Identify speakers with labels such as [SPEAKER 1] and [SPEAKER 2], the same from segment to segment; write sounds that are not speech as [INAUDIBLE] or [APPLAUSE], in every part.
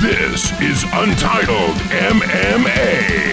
[SPEAKER 1] This is Untitled MMA.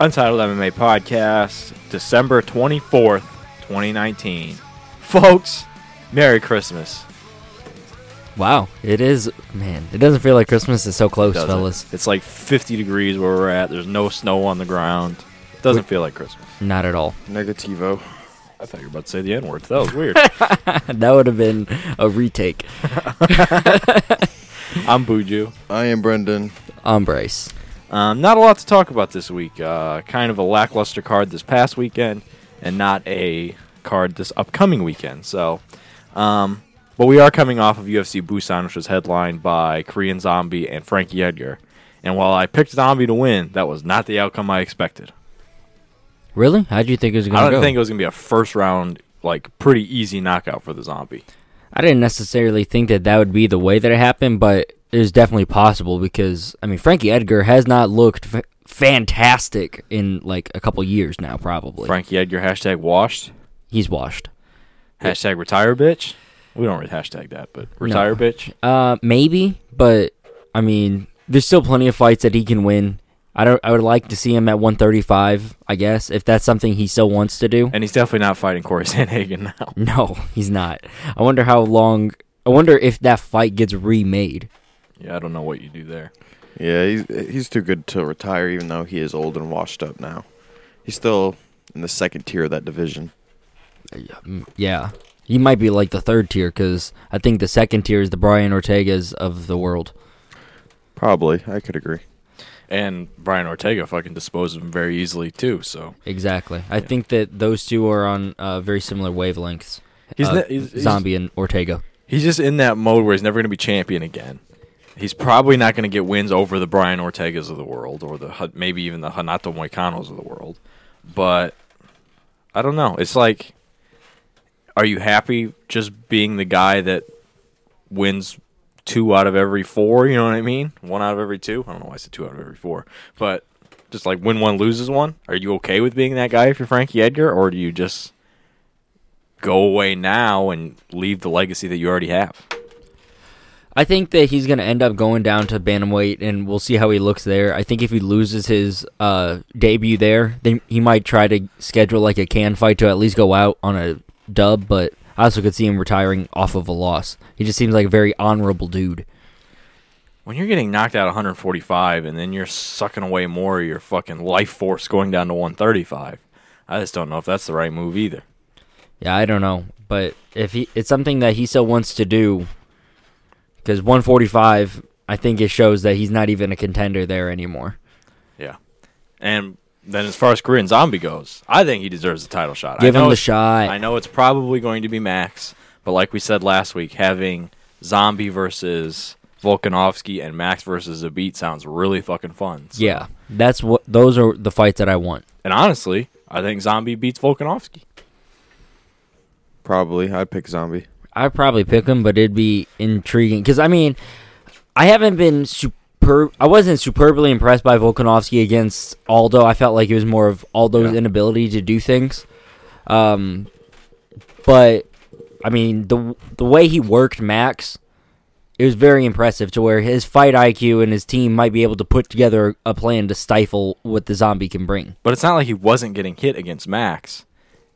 [SPEAKER 2] Untitled MMA Podcast, December 24th, 2019. Folks, Merry Christmas.
[SPEAKER 3] Wow, it is man. It doesn't feel like Christmas is so close,
[SPEAKER 2] doesn't it?
[SPEAKER 3] fellas.
[SPEAKER 2] It's like 50 degrees where we're at. There's no snow on the ground. Doesn't feel like Christmas.
[SPEAKER 3] Not at all. [LAUGHS]
[SPEAKER 4] Negativo.
[SPEAKER 2] I thought you were about to say the N word. That was weird.
[SPEAKER 3] that would have been a retake.
[SPEAKER 2] I'm Buju.
[SPEAKER 4] I am Brendan.
[SPEAKER 3] Um, Bryce.
[SPEAKER 2] Um, not a lot to talk about this week. Uh, kind of a lackluster card this past weekend, and not a card this upcoming weekend. So, um, but we are coming off of UFC Busan, which was headlined by Korean Zombie and Frankie Edgar. And while I picked Zombie to win, that was not the outcome I expected.
[SPEAKER 3] Really? How'd you think it was
[SPEAKER 2] I
[SPEAKER 3] going to
[SPEAKER 2] don't
[SPEAKER 3] go?
[SPEAKER 2] think it was going to be a first round, like pretty easy knockout for the Zombie.
[SPEAKER 3] I didn't necessarily think that that would be the way that it happened, but it was definitely possible because I mean Frankie Edgar has not looked f- fantastic in like a couple years now. Probably
[SPEAKER 2] Frankie Edgar hashtag washed,
[SPEAKER 3] he's washed.
[SPEAKER 2] hashtag retire bitch. We don't really hashtag that, but retire bitch.
[SPEAKER 3] Uh, maybe, but I mean, there's still plenty of fights that he can win. I don't. I would like to see him at 135. I guess if that's something he still wants to do.
[SPEAKER 2] And he's definitely not fighting Corey [LAUGHS] Sandhagen now.
[SPEAKER 3] [LAUGHS] No, he's not. I wonder how long. I wonder if that fight gets remade.
[SPEAKER 2] Yeah, I don't know what you do there.
[SPEAKER 4] Yeah, he's he's too good to retire, even though he is old and washed up now. He's still in the second tier of that division.
[SPEAKER 3] Yeah, he might be like the third tier because I think the second tier is the Brian Ortegas of the world.
[SPEAKER 4] Probably, I could agree.
[SPEAKER 2] And Brian Ortega fucking disposed of him very easily too. So
[SPEAKER 3] Exactly. I think that those two are on uh, very similar wavelengths.
[SPEAKER 2] He's
[SPEAKER 3] Uh,
[SPEAKER 2] ne- he's- he's-
[SPEAKER 3] zombie and Ortega.
[SPEAKER 2] he's just in that mode where he's never going to be champion again. He's probably not going to get wins over the Brian Ortegas of the world, or the Ha- maybe even the Hanato Moicanos of the world. But I don't know. It's like, are you happy just being the guy that wins two out of every four? You know what I mean? One out of every two. I don't know why I said two out of every four, but just like win one, loses one. Are you okay with being that guy if you're Frankie Edgar, or do you just go away now and leave the legacy that you already have?
[SPEAKER 3] I think that he's going to end up going down to bantamweight, and we'll see how he looks there. I think if he loses his uh, debut there, then he might try to schedule like a can fight to at least go out on a dub. But I also could see him retiring off of a loss. He just seems like a very honorable dude.
[SPEAKER 2] when you're getting knocked out 145 and then you're sucking away more of your fucking life force going down to 135 i just don't know if that's the right move either
[SPEAKER 3] Yeah, I don't know, but if he, it's something that he still wants to do, because 145, I think it shows that he's not even a contender there anymore.
[SPEAKER 2] yeah and then as far as korean zombie goes i think he deserves the title shot
[SPEAKER 3] Give
[SPEAKER 2] I know
[SPEAKER 3] him the
[SPEAKER 2] it's-
[SPEAKER 3] shot.
[SPEAKER 2] i know it's probably going to be max but like we said last week having zombie versus volkanovski and max versus Zabit sounds really fucking fun So-
[SPEAKER 3] Yeah, that's what those are the fights that I want.
[SPEAKER 2] and honestly i think zombie beats volkanovski
[SPEAKER 4] Probably, I'd pick Zombie.
[SPEAKER 3] I'd probably pick him, but it'd be intriguing because I mean, I haven't been superb. I wasn't superbly impressed by Volkanovski against Aldo. I felt like it was more of Aldo's
[SPEAKER 2] Yeah.
[SPEAKER 3] inability to do things. Um, but I mean the the way he worked Max, it was very impressive to where his fight IQ and his team might be able to put together a plan to stifle what the zombie can bring.
[SPEAKER 2] But it's not like he wasn't getting hit against Max.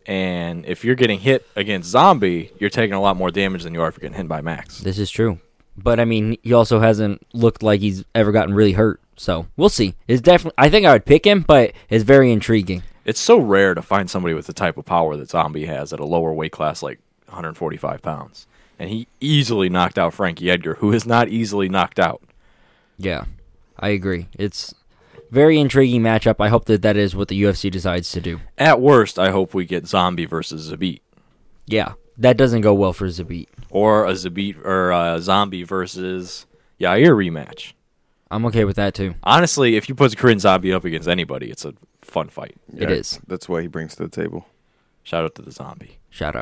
[SPEAKER 2] And if you're getting hit against Zombie, you're taking a lot more damage than you are if you're getting hit by Max.
[SPEAKER 3] This is true. But I mean, he also hasn't looked like he's ever gotten really hurt. So we'll see. It's definitely. I think I would pick him, but it's very intriguing.
[SPEAKER 2] It's so rare to find somebody with the type of power that Zombie has at a lower weight class, like 145 pounds. And he easily knocked out Frankie Edgar, who is not easily knocked out.
[SPEAKER 3] Yeah, I agree. It's very intriguing matchup. I hope that that is what the UFC decides to do.
[SPEAKER 2] At worst, I hope we get Zombie versus Zabit.
[SPEAKER 3] Yeah, that doesn't go well for Zabit.
[SPEAKER 2] or a Zabit or a zombie versus Yair rematch.
[SPEAKER 3] I'm okay with that too.
[SPEAKER 2] Honestly, if you put Korean Zombie up against anybody, it's a fun fight.
[SPEAKER 3] It is.
[SPEAKER 4] That's what he brings to the table.
[SPEAKER 2] Shout out to the zombie.
[SPEAKER 3] Shout out.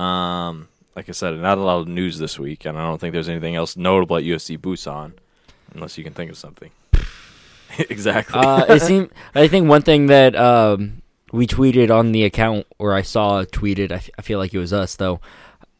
[SPEAKER 2] Um, like I said, not a lot of news this week, and I don't think there's anything else notable at UFC Busan, unless you can think of something. [LAUGHS] exactly.
[SPEAKER 3] Uh,
[SPEAKER 2] [LAUGHS]
[SPEAKER 3] it seemed. I think one thing that um, we tweeted on the account, or I saw tweeted. I, f- I feel like it was us though.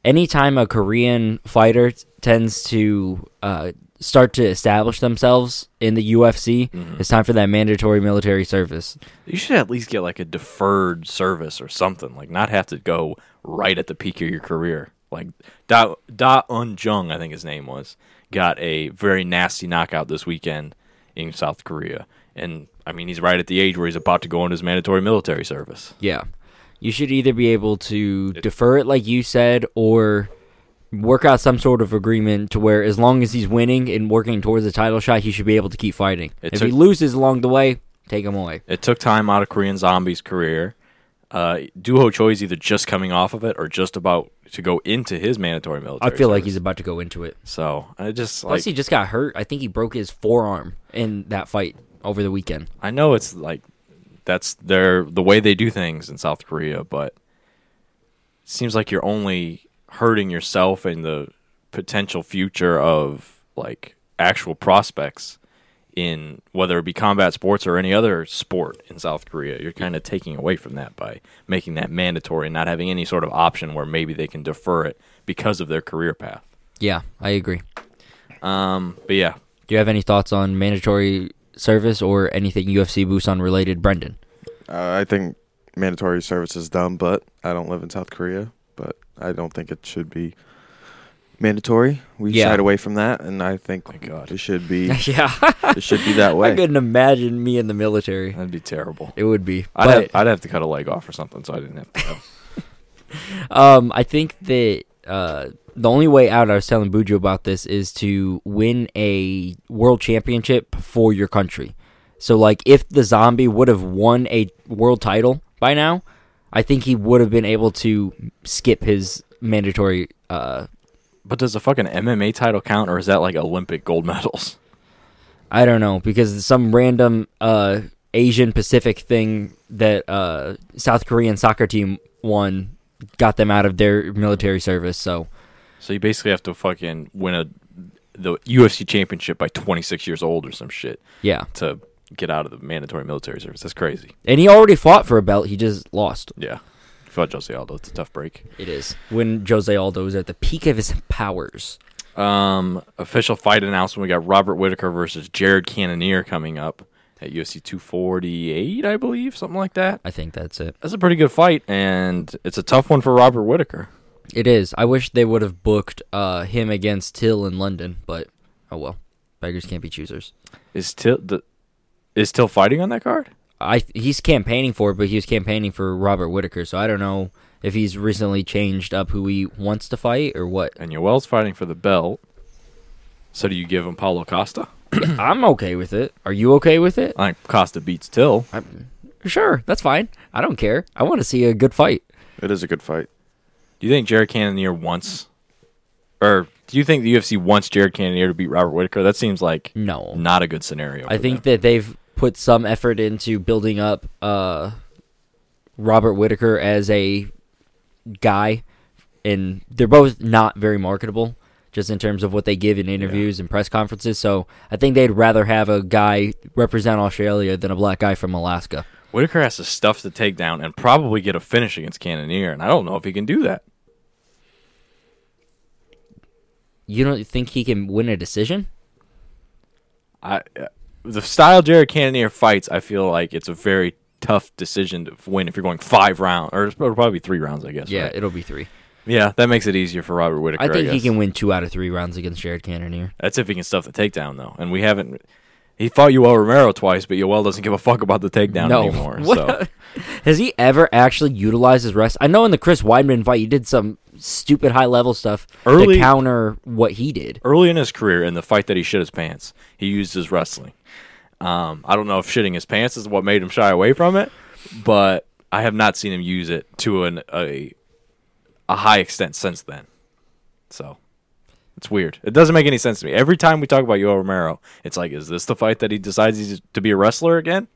[SPEAKER 3] Anytime a Korean fighter t- tends to uh, start to establish themselves in the UFC, it's time for that mandatory military service.
[SPEAKER 2] you should at least get like a deferred service or something. Like not have to go right at the peak of your career. Like Da Da Un Jung, I think his name was, got a very nasty knockout this weekend in South Korea, and I mean he's right at the age where he's about to go into his mandatory military service.
[SPEAKER 3] Yeah, you should either be able to defer it, like you said, or work out some sort of agreement to where as long as he's winning and working towards a title shot, he should be able to keep fighting.
[SPEAKER 2] It
[SPEAKER 3] if
[SPEAKER 2] took-
[SPEAKER 3] he loses along the way, take him away.
[SPEAKER 2] It took time out of Korean Zombie's career. Uh, Duho Choi is either just coming off of it or just about to go into his mandatory
[SPEAKER 3] I
[SPEAKER 2] military.
[SPEAKER 3] feel like
[SPEAKER 2] service.
[SPEAKER 3] he's about to go into it.
[SPEAKER 2] so. I just like
[SPEAKER 3] Plus, he just got hurt. I think he broke his forearm in that fight over the weekend.
[SPEAKER 2] I know it's like that's their the way they do things in South Korea, but it seems like you're only hurting yourself and the potential future of like actual prospects in whether it be combat sports or any other sport in South Korea. You're kind of taking away from that by making that mandatory and not having any sort of option where maybe they can defer it because of their career path.
[SPEAKER 3] Yeah, I agree.
[SPEAKER 2] Um, but yeah,
[SPEAKER 3] Do you have any thoughts on mandatory service or anything UFC Busan related, Brendan? [LAUGHS]
[SPEAKER 4] Uh, I think mandatory service is dumb, but I don't live in South Korea, but I don't think it should be mandatory. We
[SPEAKER 3] Yeah.
[SPEAKER 4] shied away from that, and I think
[SPEAKER 2] God.
[SPEAKER 4] it should be
[SPEAKER 3] [LAUGHS] yeah,
[SPEAKER 4] it should be that
[SPEAKER 3] I
[SPEAKER 4] way.
[SPEAKER 3] couldn't imagine me in the military.
[SPEAKER 2] that'd be terrible.
[SPEAKER 3] It would be.
[SPEAKER 2] I'd,
[SPEAKER 3] but
[SPEAKER 2] have, I'd have to cut a leg off or something, so I didn't have to go.
[SPEAKER 3] um, I think that uh, the only way out. I was telling Buju about this is to win a world championship for your country. So, like, if the zombie would have won a world title by now, I think he would have been able to skip his mandatory. Uh,
[SPEAKER 2] But does a fucking MMA title count, or is that like Olympic gold medals?
[SPEAKER 3] I don't know because some random uh, Asian Pacific thing that uh, South Korean soccer team won got them out of their military service. So.
[SPEAKER 2] So you basically have to fucking win a the UFC championship by 26 years old or some shit
[SPEAKER 3] Yeah.
[SPEAKER 2] to get out of the mandatory military service. That's crazy.
[SPEAKER 3] And he already fought for a belt. He just lost.
[SPEAKER 2] Yeah, fuck Jose Aldo. It's a tough break.
[SPEAKER 3] It is. When Jose Aldo was at the peak of his powers.
[SPEAKER 2] Um, official fight announcement: We got Robert Whitaker versus Jared Cannonier coming up at UFC 248, I believe, something like that.
[SPEAKER 3] I think that's it.
[SPEAKER 2] That's a pretty good fight, and it's a tough one for Robert Whitaker.
[SPEAKER 3] It is. I wish they would have booked uh, him against Till in London, but oh well. Beggars can't be choosers.
[SPEAKER 2] Is still the is still fighting on that card?
[SPEAKER 3] I he's campaigning for it, but he was campaigning for Robert Whitaker, so I don't know if he's recently changed up who he wants to fight or [CLEARS THROAT] what.
[SPEAKER 2] and Yoel's fighting for the belt. So do you give him Paulo Costa?
[SPEAKER 3] I'm okay with it. Are you okay with it?
[SPEAKER 2] I think Costa beats Till.
[SPEAKER 3] Sure, that's fine. I don't care. I want to see a good fight.
[SPEAKER 4] it is a good fight.
[SPEAKER 2] Do you think Jared Cannonier wants, or do you think the UFC wants Jared Cannonier to beat Robert Whitaker? That seems like
[SPEAKER 3] No.
[SPEAKER 2] not a good scenario.
[SPEAKER 3] I think that they've put some effort into building up uh, Robert Whitaker as a guy, and they're both not very marketable, just in terms of what they give in interviews and press conferences. So I think they'd rather have a guy represent Australia than a black guy from Alaska.
[SPEAKER 2] Whitaker has to stuff the takedown and probably get a finish against Cannonier, and I don't know if he can do that.
[SPEAKER 3] You don't think he can win a decision?
[SPEAKER 2] I uh, the style Jared Cannonier fights, I feel like it's a very tough decision to win if you're going five rounds, or it's probably three rounds, I guess. right?
[SPEAKER 3] it'll be three.
[SPEAKER 2] yeah, that makes it easier for Robert Whitaker.
[SPEAKER 3] I think he
[SPEAKER 2] guess.
[SPEAKER 3] can win two out of three rounds against Jared Cannonier.
[SPEAKER 2] That's if he can stuff the takedown though, and we haven't. He fought Yoel Romero twice, but Yoel doesn't give a fuck about the takedown
[SPEAKER 3] No. [LAUGHS]
[SPEAKER 2] anymore.
[SPEAKER 3] What?
[SPEAKER 2] So
[SPEAKER 3] Has he ever actually utilized his rest? I know in the Chris Weidman fight, he did some stupid high level stuff
[SPEAKER 2] Early-
[SPEAKER 3] to counter what he did.
[SPEAKER 2] early in his career, in the fight that he shit his pants, he used his wrestling. Um, I don't know if shitting his pants is what made him shy away from it, but I have not seen him use it to an a a high extent since then. So it's weird. It doesn't make any sense to me. Every time we talk about Yoel Romero, it's like, is this the fight that he decides he's to be a wrestler again?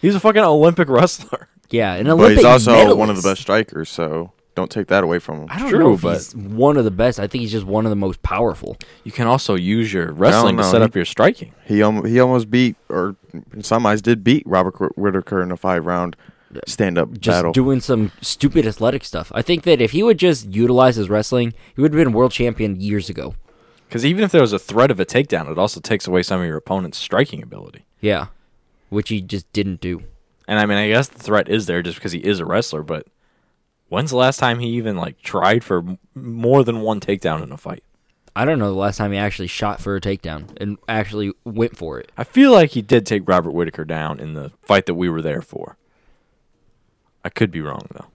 [SPEAKER 2] He's a fucking Olympic [LAUGHS] wrestler.
[SPEAKER 3] Yeah, an
[SPEAKER 4] But
[SPEAKER 3] Olympic
[SPEAKER 4] he's also
[SPEAKER 3] medalist.
[SPEAKER 4] one of the best strikers, so don't take that away from him.
[SPEAKER 3] I don't
[SPEAKER 2] True,
[SPEAKER 3] know if
[SPEAKER 2] but-
[SPEAKER 3] he's one of the best. I think he's just one of the most powerful.
[SPEAKER 2] You can also use your wrestling to
[SPEAKER 4] know.
[SPEAKER 2] set
[SPEAKER 4] He-
[SPEAKER 2] up your striking.
[SPEAKER 4] He al- he almost beat, or in some eyes did beat Robert Whit- Whitaker in a five round stand up
[SPEAKER 3] Just
[SPEAKER 4] battle.
[SPEAKER 3] doing some stupid athletic stuff. I think that if he would just utilize his wrestling, he would have been world champion years ago.
[SPEAKER 2] Because even if there was a threat of a takedown, it also takes away some of your opponent's striking ability.
[SPEAKER 3] Yeah, which he just didn't do.
[SPEAKER 2] And I mean, I guess the threat is there just because he is a wrestler. But when's the last time he even like tried for m- more than one takedown in a fight?
[SPEAKER 3] I don't know the last time he actually shot for a takedown and actually went for it.
[SPEAKER 2] I feel like he did take Robert Whitaker down in the fight that we were there for. I could be wrong though.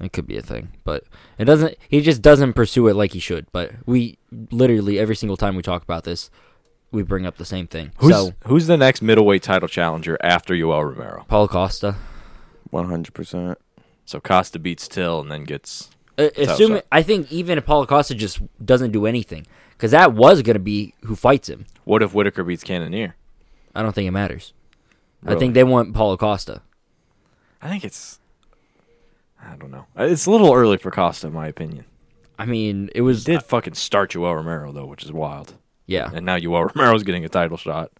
[SPEAKER 3] It could be a thing, but it doesn't. He just doesn't pursue it like he should. But we literally every single time we talk about this, we bring up the same thing.
[SPEAKER 2] Who's
[SPEAKER 3] so
[SPEAKER 2] who's the next middleweight title challenger after Yoel Romero?
[SPEAKER 3] Paul Costa.
[SPEAKER 4] One hundred percent.
[SPEAKER 2] So Costa beats Till and then gets
[SPEAKER 3] Uh,
[SPEAKER 2] So-
[SPEAKER 3] assuming
[SPEAKER 2] so-
[SPEAKER 3] I think even if Paulo Costa just doesn't do anything, because that was going to be who fights him.
[SPEAKER 2] what if Whitaker beats Cannoneer?
[SPEAKER 3] I don't think it matters. I
[SPEAKER 2] Really?
[SPEAKER 3] think they want Paulo Costa.
[SPEAKER 2] I think it's I don't know. Uh, It's a little early for Costa in my opinion.
[SPEAKER 3] I mean, it was
[SPEAKER 2] Did fucking start Yoel Romero though, which is wild.
[SPEAKER 3] yeah.
[SPEAKER 2] And now Yoel [LAUGHS] Romero's getting a title shot.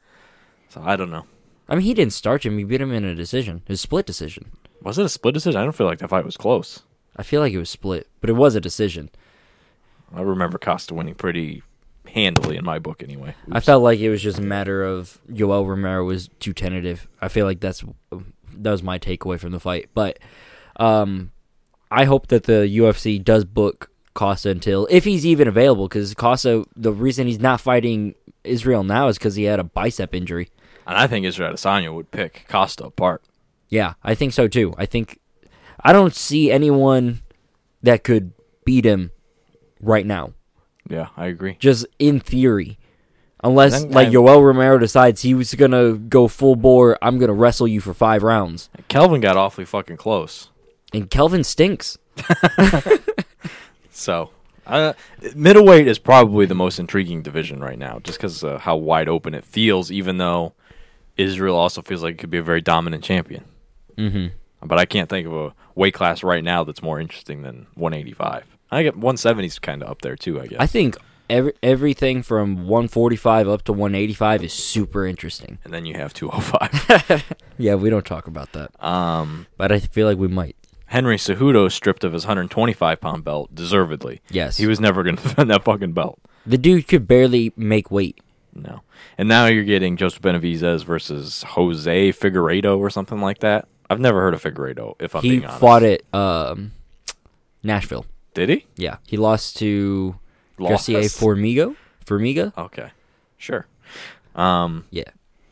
[SPEAKER 2] So I don't know.
[SPEAKER 3] I mean, he didn't starch him. He beat him in a decision, his split decision.
[SPEAKER 2] Was it a split decision? I don't feel like that fight was close.
[SPEAKER 3] I feel like it was split, but it was a decision.
[SPEAKER 2] I remember Costa winning pretty handily in my book anyway.
[SPEAKER 3] I felt like it was just a matter of Yoel Romero was too tentative. I feel like that's that was my takeaway from the fight. But um, I hope that the UFC does book Costa until if he's even available, because Costa, the reason he's not fighting Israel now is because he had a bicep injury.
[SPEAKER 2] And I think Israel Adesanya would pick Costa apart.
[SPEAKER 3] Yeah, I think so too. I think I don't see anyone that could beat him right now.
[SPEAKER 2] Yeah, I agree.
[SPEAKER 3] just in theory. Unless
[SPEAKER 2] Then
[SPEAKER 3] like
[SPEAKER 2] I-
[SPEAKER 3] Yoel Romero decides he was gonna go full bore, I'm gonna wrestle you for five rounds.
[SPEAKER 2] Kelvin got awfully fucking close.
[SPEAKER 3] And Kelvin stinks.
[SPEAKER 2] So, uh, middleweight is probably the most intriguing division right now, just because of how wide open it feels. Even though Israel also feels like it could be a very dominant champion. Mm-hmm. But I can't think of a weight class right now that's more interesting than 185. I get 170s kind of up there too. I guess.
[SPEAKER 3] I think every everything from 145 up to 185 is super interesting.
[SPEAKER 2] and then you have 205.
[SPEAKER 3] Yeah, we don't talk about that.
[SPEAKER 2] [LAUGHS] um,
[SPEAKER 3] Uh, But I feel like we might.
[SPEAKER 2] Henry Cejudo stripped of his 125 pound belt deservedly.
[SPEAKER 3] Yes.
[SPEAKER 2] He was never going to [LAUGHS] defend that fucking belt.
[SPEAKER 3] The dude could barely make weight.
[SPEAKER 2] No. And now you're getting Joseph Benavidez versus Jose Figueredo or something like that. I've never heard of Figueredo, if I'm
[SPEAKER 3] he
[SPEAKER 2] being honest.
[SPEAKER 3] fought at um, Nashville.
[SPEAKER 2] Did he?
[SPEAKER 3] Yeah. He lost to Garcia
[SPEAKER 2] Lost.
[SPEAKER 3] Formigo. Formiga?
[SPEAKER 2] Okay. Sure. Um,
[SPEAKER 3] Yeah.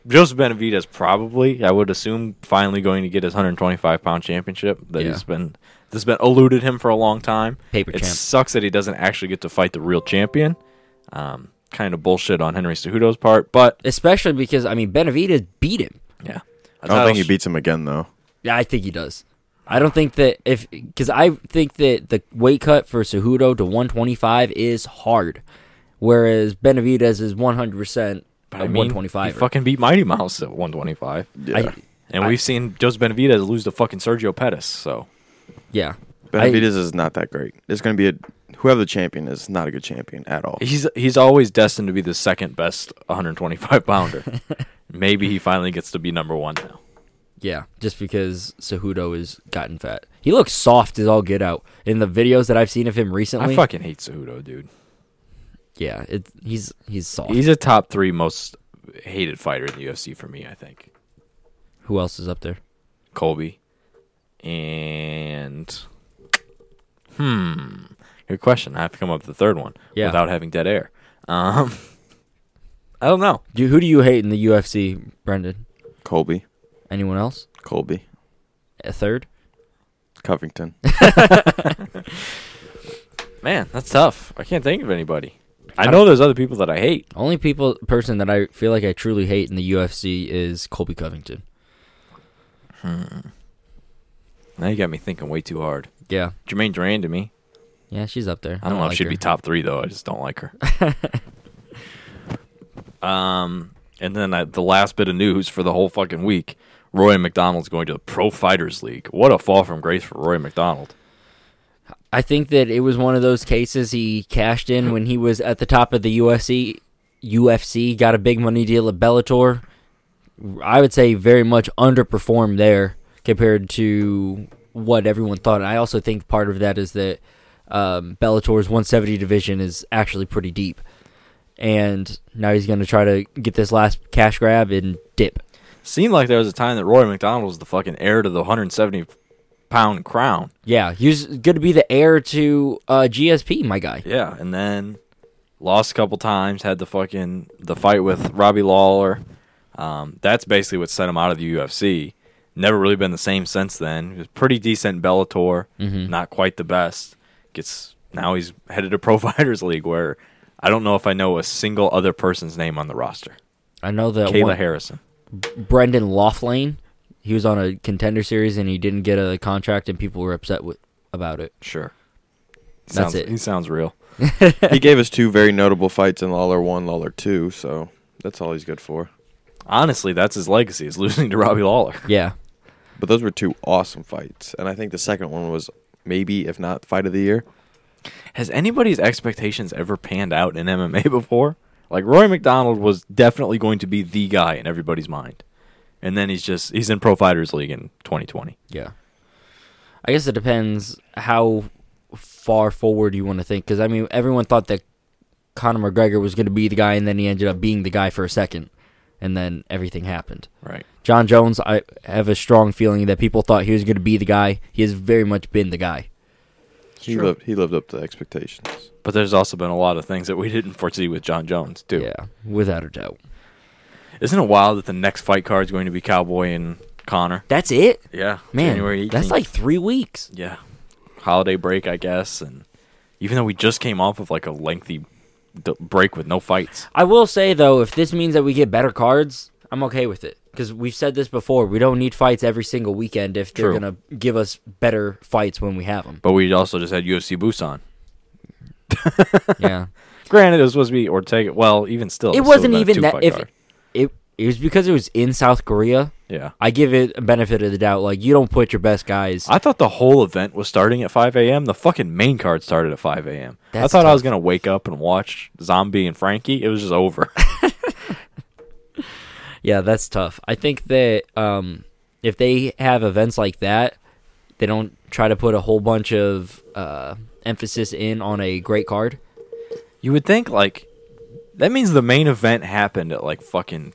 [SPEAKER 2] Joseph Benavidez probably, I would assume, finally going to get his 125 pound championship that
[SPEAKER 3] Yeah.
[SPEAKER 2] he's been that's been eluded him for a long time.
[SPEAKER 3] Paper
[SPEAKER 2] it
[SPEAKER 3] champ.
[SPEAKER 2] sucks that he doesn't actually get to fight the real champion. Um, kind of bullshit on Henry Cejudo's part, but
[SPEAKER 3] Especially because I mean Benavidez beat him.
[SPEAKER 2] yeah,
[SPEAKER 4] I don't think he beats him again though.
[SPEAKER 3] Yeah, I think he does. I don't think that if because I think that the weight cut for Cejudo to 125 is hard, whereas Benavidez is 100 percent
[SPEAKER 2] I mean,
[SPEAKER 3] 125.
[SPEAKER 2] He fucking beat Mighty Mouse at 125.
[SPEAKER 3] I,
[SPEAKER 2] And we've seen Joseph Benavidez lose to fucking Sergio Pettis. So
[SPEAKER 3] yeah,
[SPEAKER 4] Benavides is not that great. It's going to be a whoever the champion is not a good champion at all.
[SPEAKER 2] he's he's always destined to be the second best 125
[SPEAKER 3] [LAUGHS]
[SPEAKER 2] pounder. Maybe he finally gets to be number one now.
[SPEAKER 3] I- yeah, just because Cejudo has gotten fat, he looks soft as all get out in the videos that I've seen of him recently.
[SPEAKER 2] I fucking hate Cejudo, dude.
[SPEAKER 3] yeah, it, he's he's soft.
[SPEAKER 2] He's a top three most hated fighter in the UFC for me. I think
[SPEAKER 3] Who else is up there?
[SPEAKER 2] Colby and hmm, good question. I have to come up with the third one
[SPEAKER 3] Yeah.
[SPEAKER 2] without having dead air. Um, [LAUGHS] I don't know.
[SPEAKER 3] Do, who do you hate in the UFC, Brendan?
[SPEAKER 4] Colby,
[SPEAKER 3] Anyone else?
[SPEAKER 4] Colby,
[SPEAKER 3] A third?
[SPEAKER 4] Covington.
[SPEAKER 2] Man, that's tough. I can't think of anybody. I know there's other people that I hate.
[SPEAKER 3] Only people person that I feel like I truly hate in the UFC is Colby Covington.
[SPEAKER 2] Now you got me thinking way too hard.
[SPEAKER 3] Yeah,
[SPEAKER 2] Jermaine Duran to me.
[SPEAKER 3] Yeah, she's up there.
[SPEAKER 2] I don't, know if
[SPEAKER 3] like
[SPEAKER 2] she'd be
[SPEAKER 3] her.
[SPEAKER 2] top three though. I just don't like her.
[SPEAKER 3] [LAUGHS]
[SPEAKER 2] um, and then I, the last bit of news for the whole fucking week: Roy McDonald's going to the Pro Fighters League. What a fall from grace for Roy McDonald.
[SPEAKER 3] I think that it was one of those cases he cashed in when he was at the top of the UFC. UFC got a big money deal at Bellator. I would say very much underperformed there compared to what everyone thought. And I also think part of that is that um, Bellator's 170 division is actually pretty deep. And now he's going to try to get this last cash grab and dip.
[SPEAKER 2] Seemed like there was a time that Roy McDonald was the fucking heir to the 170 pound crown.
[SPEAKER 3] Yeah, he's going to be the heir to uh, GSP, my guy.
[SPEAKER 2] Yeah, and then lost a couple times. Had the fucking the fight with Robbie Lawler. Um, that's basically what sent him out of the UFC. Never really been the same since then. He was pretty decent in Bellator,
[SPEAKER 3] Mm-hmm.
[SPEAKER 2] not quite the best. Gets now he's headed to [LAUGHS] Pro Fighters League, where I don't know if I know a single other person's name on the roster.
[SPEAKER 3] I know that
[SPEAKER 2] Kayla
[SPEAKER 3] one-
[SPEAKER 2] Harrison.
[SPEAKER 3] Brendan Laughlin. He was on a contender series and he didn't get a contract, and people were upset with about it.
[SPEAKER 2] Sure,
[SPEAKER 3] That's
[SPEAKER 2] sounds,
[SPEAKER 3] it.
[SPEAKER 2] He sounds real.
[SPEAKER 4] he gave us two very notable fights in Lawler one, Lawler two, so that's all he's good for.
[SPEAKER 2] Honestly, that's his legacy is losing to Robbie Lawler.
[SPEAKER 3] Yeah,
[SPEAKER 4] But those were two awesome fights, and I think the second one was maybe, if not fight of the year.
[SPEAKER 2] Has anybody's expectations ever panned out in MMA [LAUGHS] before? Like Roy McDonald was definitely going to be the guy in everybody's mind. And then he's just he's in Pro Fighters League in 2020.
[SPEAKER 3] yeah. I guess it depends how far forward you want to think, because I mean, everyone thought that Conor McGregor was going to be the guy, and then he ended up being the guy for a second, and then everything happened.
[SPEAKER 2] Right.
[SPEAKER 3] John Jones, I have a strong feeling that people thought he was going to be the guy. He has very much been the guy.
[SPEAKER 4] He lived he lived up to expectations.
[SPEAKER 2] But there's also been a lot of things that we [LAUGHS] didn't foresee with John Jones, too.
[SPEAKER 3] Yeah, without a doubt.
[SPEAKER 2] Isn't it wild that the next fight card is going to be Cowboy and Connor?
[SPEAKER 3] That's it,
[SPEAKER 2] Yeah.
[SPEAKER 3] man.
[SPEAKER 2] January 18th.
[SPEAKER 3] That's like three weeks.
[SPEAKER 2] yeah. Holiday break, I guess, and even though we just came off of like a lengthy d- break with no fights.
[SPEAKER 3] I will say though, if this means that we get better cards, I'm okay with it because we've said this before. We don't need fights every single weekend if
[SPEAKER 2] True.
[SPEAKER 3] they're gonna give us better fights when we have them.
[SPEAKER 2] But we also just had UFC Busan.
[SPEAKER 3] yeah,
[SPEAKER 2] Granted, it was supposed to be Ortega. Well, even still,
[SPEAKER 3] it
[SPEAKER 2] was still
[SPEAKER 3] wasn't
[SPEAKER 2] about a
[SPEAKER 3] even that.
[SPEAKER 2] two-fight
[SPEAKER 3] If
[SPEAKER 2] card.
[SPEAKER 3] it it was because it was in South Korea,
[SPEAKER 2] yeah,
[SPEAKER 3] I give it a benefit of the doubt. Like you don't put your best guys.
[SPEAKER 2] I thought the whole event was starting at 5 a.m. The fucking main card started at 5 a.m. I
[SPEAKER 3] That's
[SPEAKER 2] thought I was
[SPEAKER 3] tough.
[SPEAKER 2] gonna wake up and watch Zombie and Frankie. It was just over. [LAUGHS]
[SPEAKER 3] yeah, that's tough. I think that um, if they have events like that, they don't try to put a whole bunch of uh, emphasis in on a great card.
[SPEAKER 2] you would think like that means the main event happened at like fucking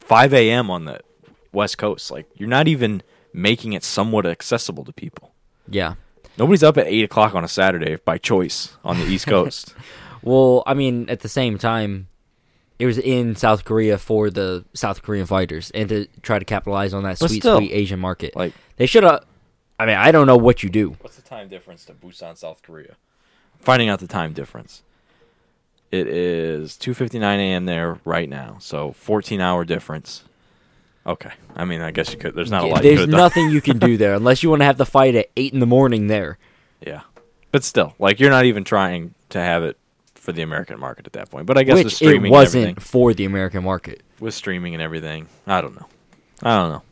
[SPEAKER 2] 5 a.m. on the West Coast. Like you're not even making it somewhat accessible to people.
[SPEAKER 3] Yeah.
[SPEAKER 2] Nobody's up at eight o'clock on a Saturday by choice on the
[SPEAKER 3] [LAUGHS]
[SPEAKER 2] East Coast.
[SPEAKER 3] Well, I mean, at the same time, it was in South Korea for the South Korean fighters and to try to capitalize on that
[SPEAKER 2] But
[SPEAKER 3] sweet,
[SPEAKER 2] still,
[SPEAKER 3] sweet Asian market.
[SPEAKER 2] like-
[SPEAKER 3] they should have. I mean, I don't know what you do.
[SPEAKER 2] What's the time difference to Busan, South Korea? Finding out the time difference. It is 2:59 a.m. there right now, so 14 hour difference. Okay, I mean, I guess you could. There's not a lot. you
[SPEAKER 3] There's
[SPEAKER 2] could've done.
[SPEAKER 3] nothing you can do there unless you want to have the fight at eight in the morning there.
[SPEAKER 2] [LAUGHS] Yeah, but still, like you're not even trying to have it for the American market at that point. But I guess with
[SPEAKER 3] Which it
[SPEAKER 2] streaming and
[SPEAKER 3] wasn't
[SPEAKER 2] everything,
[SPEAKER 3] for the American market.
[SPEAKER 2] with streaming and everything, I don't know. I don't know.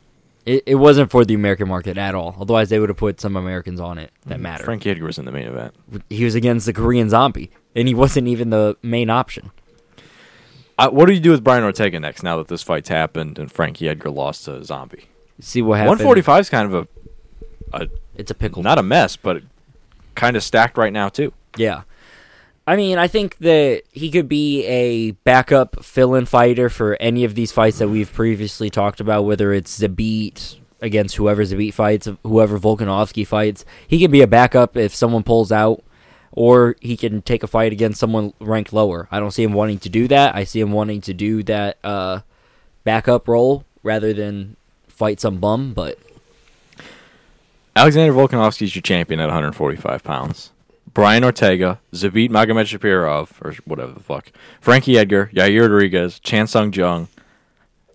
[SPEAKER 3] It, it wasn't for the American market at all. Otherwise, they would have put some Americans on it
[SPEAKER 2] Mm,
[SPEAKER 3] that matter.
[SPEAKER 2] Frankie Edgar was in the main event.
[SPEAKER 3] He was against the Korean zombie, and he wasn't even the main option.
[SPEAKER 2] I, Uh, what do you do with Brian Ortega next? Now that this fight's happened and Frankie Edgar lost to Zombie,
[SPEAKER 3] See what happened.
[SPEAKER 2] 145 is kind of a, a
[SPEAKER 3] It's a pickle.
[SPEAKER 2] not a mess, but kind of stacked right now too.
[SPEAKER 3] Yeah. I mean, I think that he could be a backup fill-in fighter for any of these fights that we've previously talked about, whether it's Zabit against whoever Zabit fights, whoever Volkanovski fights. He can be a backup if someone pulls out, or he can take a fight against someone ranked lower. I don't see him wanting to do that. I see him wanting to do that uh, backup role rather than fight some bum, but
[SPEAKER 2] Alexander Volkanovski's your champion at 145 pounds. Brian Ortega, Zabit Magomed Shapirov, or whatever the fuck, Frankie Edgar, Yair Rodriguez, Chan Sung Jung,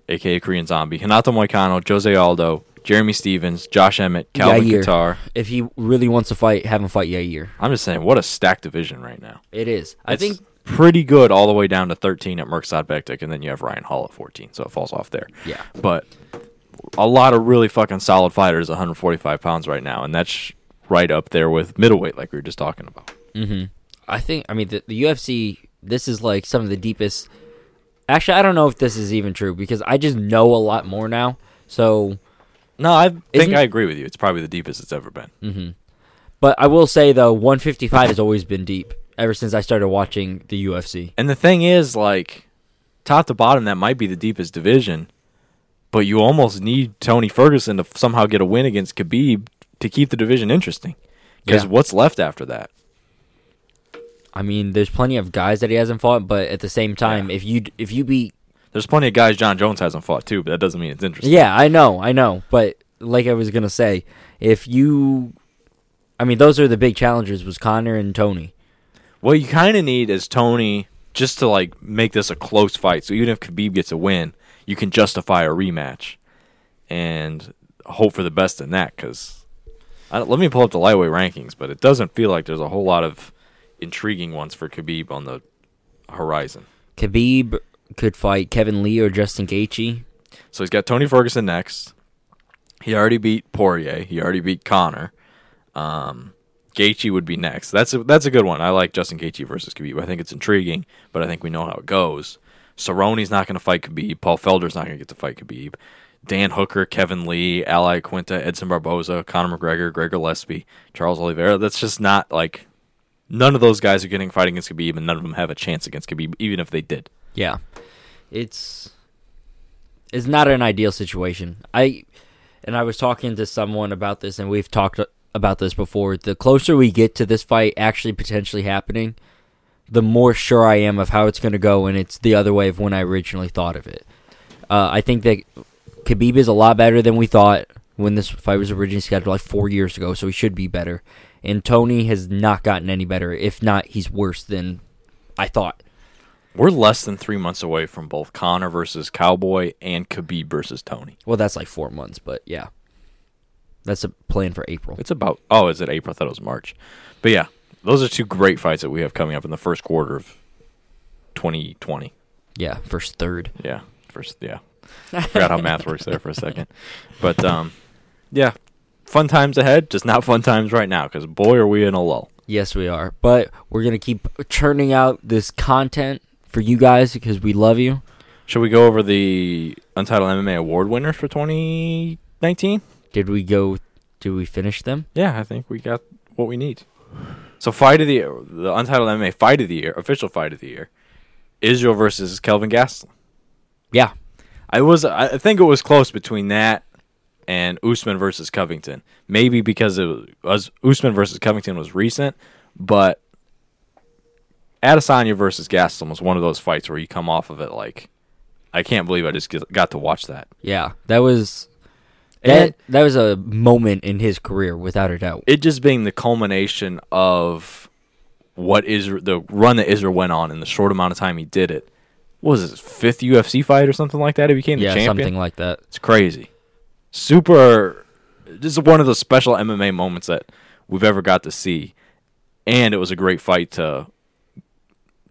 [SPEAKER 2] aka Korean Zombie, Hinato Moicano, Jose Aldo, Jeremy Stevens, Josh Emmett, Calvin
[SPEAKER 3] Yair.
[SPEAKER 2] Qatar.
[SPEAKER 3] If he really wants to fight, have him fight Yair.
[SPEAKER 2] I'm just saying, what a stacked division right now.
[SPEAKER 3] It is. I
[SPEAKER 2] It's
[SPEAKER 3] think
[SPEAKER 2] pretty good all the way down to 13 at Merksad Bektik, and then you have Ryan Hall at 14, so it falls off there.
[SPEAKER 3] Yeah.
[SPEAKER 2] But a lot of really fucking solid fighters, 145 pounds right now, and that's right up there with middleweight, like we were just talking about.
[SPEAKER 3] I think I mean the, the UFC. This is like some of the deepest. Actually, I don't know if this is even true because I just know a lot more now. So,
[SPEAKER 2] No, I think
[SPEAKER 3] Isn't-
[SPEAKER 2] I agree with you. It's probably the deepest it's ever been.
[SPEAKER 3] but I will say though, 155 has always been deep ever since I started watching the UFC.
[SPEAKER 2] And the thing is, like, top to bottom, that might be the deepest division, but you almost need Tony Ferguson to somehow get a win against Khabib to keep the division interesting. Because
[SPEAKER 3] Yeah.
[SPEAKER 2] what's left after that?
[SPEAKER 3] I mean, there's plenty of guys that he hasn't fought, but at the same time, if you if you beat,
[SPEAKER 2] There's plenty of guys John Jones hasn't fought too, but that doesn't mean it's interesting.
[SPEAKER 3] yeah, I know, I know, but like I was gonna say, if you, I mean, those are the big challengers was Connor and Tony.
[SPEAKER 2] What you kind of need is Tony just to like make this a close fight. So even if Khabib gets a win, you can justify a rematch and hope for the best in that. Because let me pull up the lightweight rankings, but it doesn't feel like there's a whole lot of intriguing ones for Khabib on the horizon.
[SPEAKER 3] Khabib could fight Kevin Lee or Justin Gaethje.
[SPEAKER 2] So he's got Tony Ferguson next. He already beat Poirier. He already beat Connor. Um, Gaethje would be next. That's a, that's a good one. I like Justin Gaethje versus Khabib. I think it's intriguing, but I think we know how it goes. Cerrone's not going to fight Khabib. Paul Felder's not going to get to fight Khabib. Dan Hooker, Kevin Lee, Ally Quinta, Edson Barboza, Conor McGregor, Gregor Lesby, Charles Oliveira. That's just not like none of those guys are getting fighting against Khabib, and none of them have a chance against Khabib, even if they did.
[SPEAKER 3] Yeah, it's it's not an ideal situation. I and I was talking to someone about this, and we've talked about this before. The closer we get to this fight actually potentially happening, the more sure I am of how it's going to go, and it's the other way of when I originally thought of it. Uh, I think that Khabib is a lot better than we thought when this fight was originally scheduled, like four years ago. So he should be better. And Tony has not gotten any better. If not, he's worse than I thought.
[SPEAKER 2] We're less than three months away from both Connor versus Cowboy and Khabib versus Tony.
[SPEAKER 3] Well, that's like four months, but yeah, that's a plan for April.
[SPEAKER 2] It's about oh, is it April? I thought it was March. But yeah, those are two great fights that we have coming up in the first quarter of 2020.
[SPEAKER 3] Yeah, first third.
[SPEAKER 2] Yeah, first yeah. I [LAUGHS] forgot how math works there for a second, but um, yeah, fun times ahead. Just not fun times right now because boy are we in a lull.
[SPEAKER 3] Yes, we are, but we're gonna keep churning out this content for you guys because we love you.
[SPEAKER 2] Should we go over the Untitled MMA Award winners for 2019?
[SPEAKER 3] Did we go? Did we finish them?
[SPEAKER 2] Yeah, I think we got what we need. So fight of the the untitled MMA fight of the year, official fight of the year, Israel versus Kelvin Gastelum.
[SPEAKER 3] Yeah,
[SPEAKER 2] I was I think it was close between that and Usman versus Covington. Maybe because it was Usman versus Covington was recent, but Adesanya versus Gastelum was one of those fights where you come off of it like I can't believe I just got to watch that.
[SPEAKER 3] yeah. That was that. That was a moment in his career, without a doubt.
[SPEAKER 2] it just being the culmination of what Israel, the run that Israel went on in the short amount of time he did it. What was his fifth UFC fight or something like that? He became the
[SPEAKER 3] yeah,
[SPEAKER 2] champion.
[SPEAKER 3] something like that.
[SPEAKER 2] it's crazy. Super. This is one of those special MMA moments that we've ever got to see, and it was a great fight to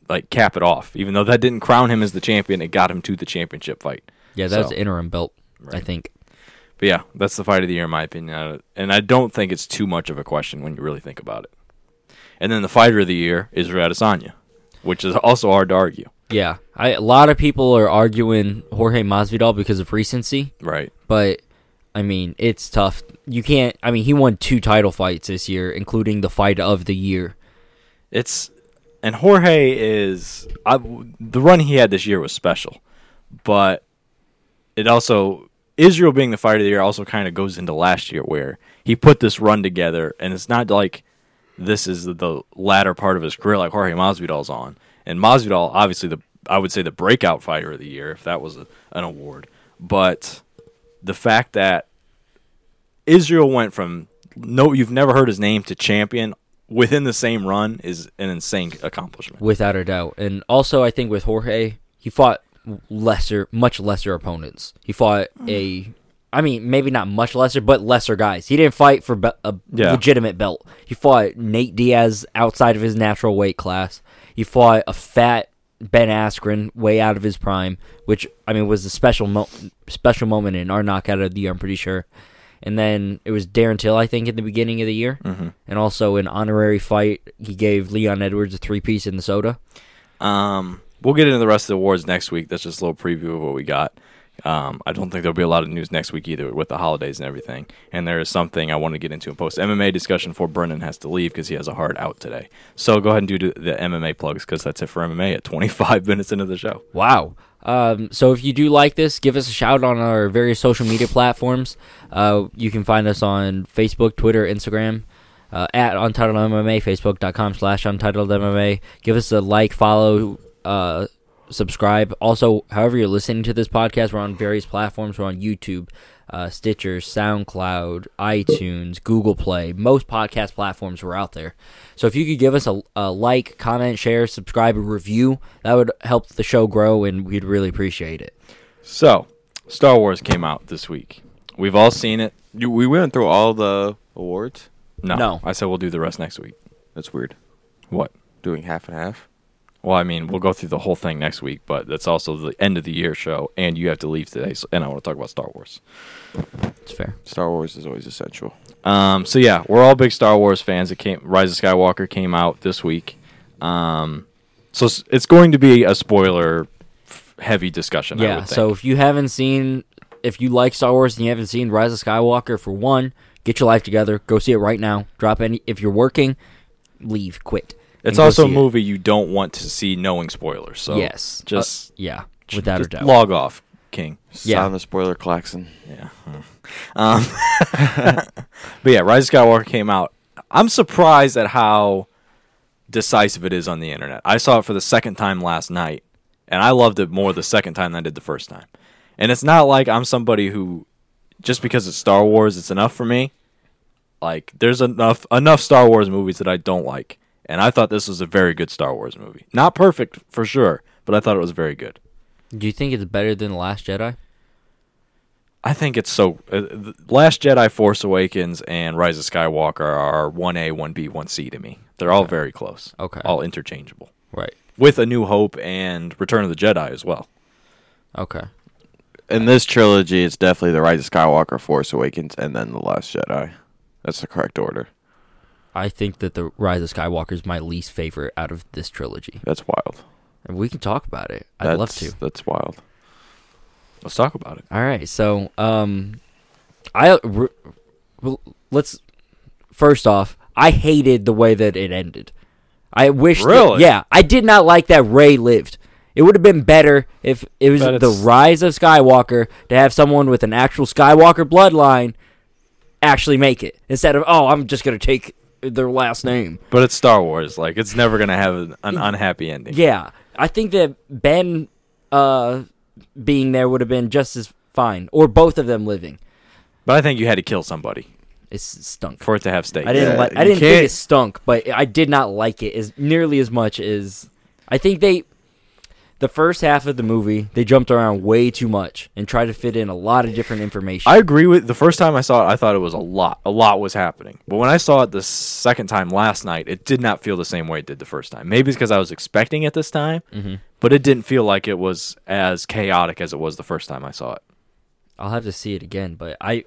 [SPEAKER 2] like cap it off. Even though that didn't crown him as the champion, it got him to the championship fight.
[SPEAKER 3] Yeah, that was
[SPEAKER 2] So-
[SPEAKER 3] the interim belt, I think.
[SPEAKER 2] But yeah, that's the fight of the year in my opinion, Uh, and I don't think it's too much of a question when you really think about it. And then the fighter of the year is Adesanya, which is also hard to argue,
[SPEAKER 3] Yeah, I, a lot of people are arguing Jorge Masvidal because of recency.
[SPEAKER 2] right?
[SPEAKER 3] but I mean, it's tough. You can't. I mean, he won two title fights this year, including the fight of the year.
[SPEAKER 2] It's and Jorge is I, the run he had this year was special, but it also Israel being the fighter of the year also kind of goes into last year where he put this run together, and it's not like this is the, the latter part of his career like Jorge Masvidal's on, and Masvidal obviously the I would say the breakout fighter of the year if that was a, an award, but the fact that Israel went from no you've never heard his name to champion within the same run is an insane accomplishment.
[SPEAKER 3] Without a doubt. And also, I think with Jorge, he fought lesser, much lesser opponents. He fought a I mean, maybe not much lesser, but lesser guys. He didn't fight for be- a
[SPEAKER 2] Yeah.
[SPEAKER 3] legitimate belt. He fought Nate Diaz outside of his natural weight class. He fought a fat Ben Askren way out of his prime, which I mean was the special mo- special moment in our knockout of the year. I'm pretty sure. And then it was Darren Till, I think, in the beginning of the year, and also an honorary fight he gave Leon Edwards a three piece in the soda.
[SPEAKER 2] Um, we'll get into the rest of the awards next week. That's just a little preview of what we got. Um, I don't think there'll be a lot of news next week either with the holidays and everything. And there is something I want to get into in post MMA discussion before Brennan has to leave because he has a hard out today. So go ahead and do the the MMA plugs because that's it for MMA at 25 [LAUGHS] minutes into the show.
[SPEAKER 3] Wow. Um, so if you do like this, give us a shout on our various social media platforms. Uh, you can find us on Facebook, Twitter, Instagram, uh, at Untitled MMA, Facebook.com slash Untitled MMA. Give us a like, follow, uh, subscribe. Also, however you're listening to this podcast, we're on various platforms. We're on YouTube, uh, Stitcher, SoundCloud, iTunes, Google Play, most podcast platforms were out there. So if you could give us a, a like, comment, share, subscribe, and review, that would help the show grow, and we'd really appreciate it.
[SPEAKER 2] So, Star Wars came out this week. We've all seen it.
[SPEAKER 4] You, we went through all the awards.
[SPEAKER 2] No,
[SPEAKER 3] No.
[SPEAKER 2] I said we'll do the rest next week.
[SPEAKER 4] That's weird.
[SPEAKER 2] What?
[SPEAKER 4] Doing half and half.
[SPEAKER 2] Well, I mean, we'll go through the whole thing next week, but that's also the end of the year show, and you have to leave today, so, and I want to talk about Star Wars.
[SPEAKER 3] It's fair.
[SPEAKER 4] Star Wars is always essential.
[SPEAKER 2] Um, so yeah, we're all big Star Wars fans. It came Rise of Skywalker came out this week, um, so s- it's going to be a spoiler f- heavy discussion. I
[SPEAKER 3] Yeah.
[SPEAKER 2] would think.
[SPEAKER 3] So if you haven't seen, if you like Star Wars and you haven't seen Rise of Skywalker, for one, get your life together. Go see it right now. Drop any. If you're working, leave. Quit. and
[SPEAKER 2] it's
[SPEAKER 3] go
[SPEAKER 2] also a
[SPEAKER 3] see it.
[SPEAKER 2] movie you don't want to see knowing spoilers. So
[SPEAKER 3] yes. Uh,
[SPEAKER 2] just
[SPEAKER 3] yeah. Without
[SPEAKER 2] just
[SPEAKER 3] a doubt.
[SPEAKER 2] log off, King.
[SPEAKER 3] Yeah.
[SPEAKER 4] Sound the spoiler klaxon.
[SPEAKER 2] Yeah. Um, but yeah, Rise of Skywalker came out. I'm surprised at how decisive it is on the internet. I saw it for the second time last night, and I loved it more the second time than I did the first time. And it's not like I'm somebody who just because it's Star Wars, it's enough for me. Like there's enough enough Star Wars movies that I don't like, and I thought this was a very good Star Wars movie. Not perfect for sure, but I thought it was very good.
[SPEAKER 3] Do you think it's better than the Last Jedi?
[SPEAKER 2] I think it's so. Uh, th- Last Jedi, Force Awakens, and Rise of Skywalker are one A, one B, one C to me. They're all very close.
[SPEAKER 3] Okay.
[SPEAKER 2] all interchangeable
[SPEAKER 3] Right.
[SPEAKER 2] with A New Hope and Return of the Jedi as well.
[SPEAKER 3] Okay.
[SPEAKER 4] In this trilogy, it's definitely the Rise of Skywalker, Force Awakens, and then the Last Jedi. That's the correct order.
[SPEAKER 3] I think that the Rise of Skywalker is my least favorite out of this trilogy.
[SPEAKER 4] That's wild.
[SPEAKER 3] And we can talk about it. I'd love to.
[SPEAKER 4] That's- That's wild.
[SPEAKER 2] Let's talk about it.
[SPEAKER 3] All right. So, um, I r- well, let's first off, I hated the way that it ended. I wish, that-
[SPEAKER 2] Really?
[SPEAKER 3] yeah, I did not like that Ray lived. It would have been better if it was
[SPEAKER 2] But
[SPEAKER 3] the
[SPEAKER 2] it's-
[SPEAKER 3] rise of Skywalker to have someone with an actual Skywalker bloodline actually make it instead of oh, I'm just gonna take their last name.
[SPEAKER 2] But it's Star Wars. Like it's never gonna have an, an unhappy ending.
[SPEAKER 3] Yeah, I think that Ben uh, being there would have been just as fine, or both of them living.
[SPEAKER 2] But I think you had to kill somebody
[SPEAKER 3] It's stunk.
[SPEAKER 2] for it to have stakes.
[SPEAKER 3] I didn't
[SPEAKER 4] Yeah,
[SPEAKER 3] like. I
[SPEAKER 4] you
[SPEAKER 3] didn't think it
[SPEAKER 4] can't-
[SPEAKER 3] stunk, but I did not like it as nearly as much as I think they. The first half of the movie, they jumped around way too much and tried to fit in a lot of different information.
[SPEAKER 2] I agree with the first time I saw it. I thought it was a lot. A lot was happening. But when I saw it the second time last night, it did not feel the same way it did the first time. Maybe it's because I was expecting it this time,
[SPEAKER 3] Mm-hmm.
[SPEAKER 2] but it didn't feel like it was as chaotic as it was the first time I saw it.
[SPEAKER 3] I'll have to see it again, but I,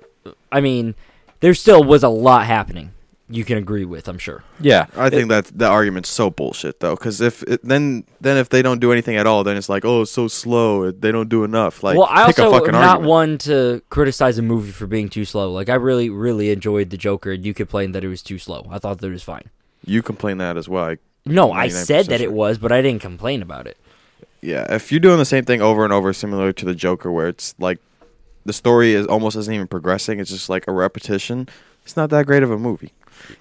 [SPEAKER 3] I mean, there still was a lot happening. You can agree with, I'm sure.
[SPEAKER 2] Yeah,
[SPEAKER 4] I think that the argument's so bullshit though, because if it, then then if they don't do anything at all, then it's like oh it's so slow, they don't do enough. Like
[SPEAKER 3] well, I
[SPEAKER 4] pick
[SPEAKER 3] also
[SPEAKER 4] a fucking
[SPEAKER 3] am not
[SPEAKER 4] argument.
[SPEAKER 3] one to criticize a movie for being too slow. Like I really, really enjoyed the Joker, and you complained that it was too slow. I thought that it was fine.
[SPEAKER 4] You complain that as well. Like,
[SPEAKER 3] No, I said
[SPEAKER 4] 99%
[SPEAKER 3] that
[SPEAKER 4] sure.
[SPEAKER 3] it was, but I didn't complain about it.
[SPEAKER 4] yeah, if you're doing the same thing over and over, similar to the Joker, where it's like the story is almost isn't even progressing; it's just like a repetition. It's not that great of a movie.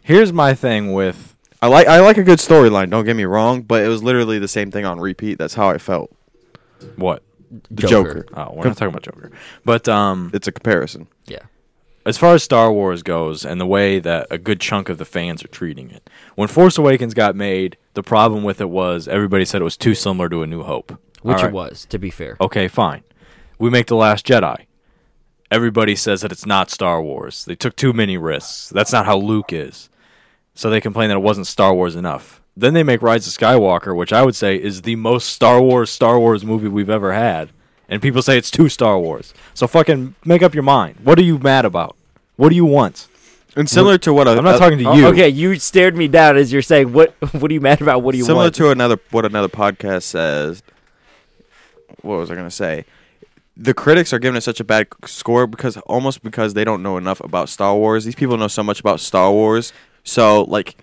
[SPEAKER 2] here's my thing with
[SPEAKER 4] I like I like a good storyline. Don't get me wrong, but it was literally the same thing on repeat. That's how I felt.
[SPEAKER 2] what.
[SPEAKER 4] The Joker.
[SPEAKER 2] Oh, we're not talking about Joker, but um,
[SPEAKER 4] It's a comparison.
[SPEAKER 3] Yeah.
[SPEAKER 2] as far as Star Wars goes and the way that a good chunk of the fans are treating it, when Force Awakens got made, the problem with it was everybody said it was too similar to A New Hope, All
[SPEAKER 3] Which it
[SPEAKER 2] right.
[SPEAKER 4] Oh,
[SPEAKER 3] was, to be fair.
[SPEAKER 2] okay, fine. We make The Last Jedi. everybody says that it's not Star Wars. They took too many risks. That's not how Luke is. So they complain that it wasn't Star Wars enough. Then they make Rise of Skywalker, which I would say is the most Star Wars Star Wars movie we've ever had. And people say it's too Star Wars. So fucking make up your mind. What are you mad about? What do you want?
[SPEAKER 4] And similar to what i
[SPEAKER 2] I'm not talking to
[SPEAKER 3] Oh,
[SPEAKER 2] you.
[SPEAKER 3] Okay, you stared me down as you're saying, "What? [LAUGHS] What are you mad about? What do you
[SPEAKER 4] similar
[SPEAKER 3] want?"
[SPEAKER 4] to another what another podcast says. What was I gonna say? The critics are giving it such a bad score because almost because they don't know enough about Star Wars. These people know so much about Star Wars, so like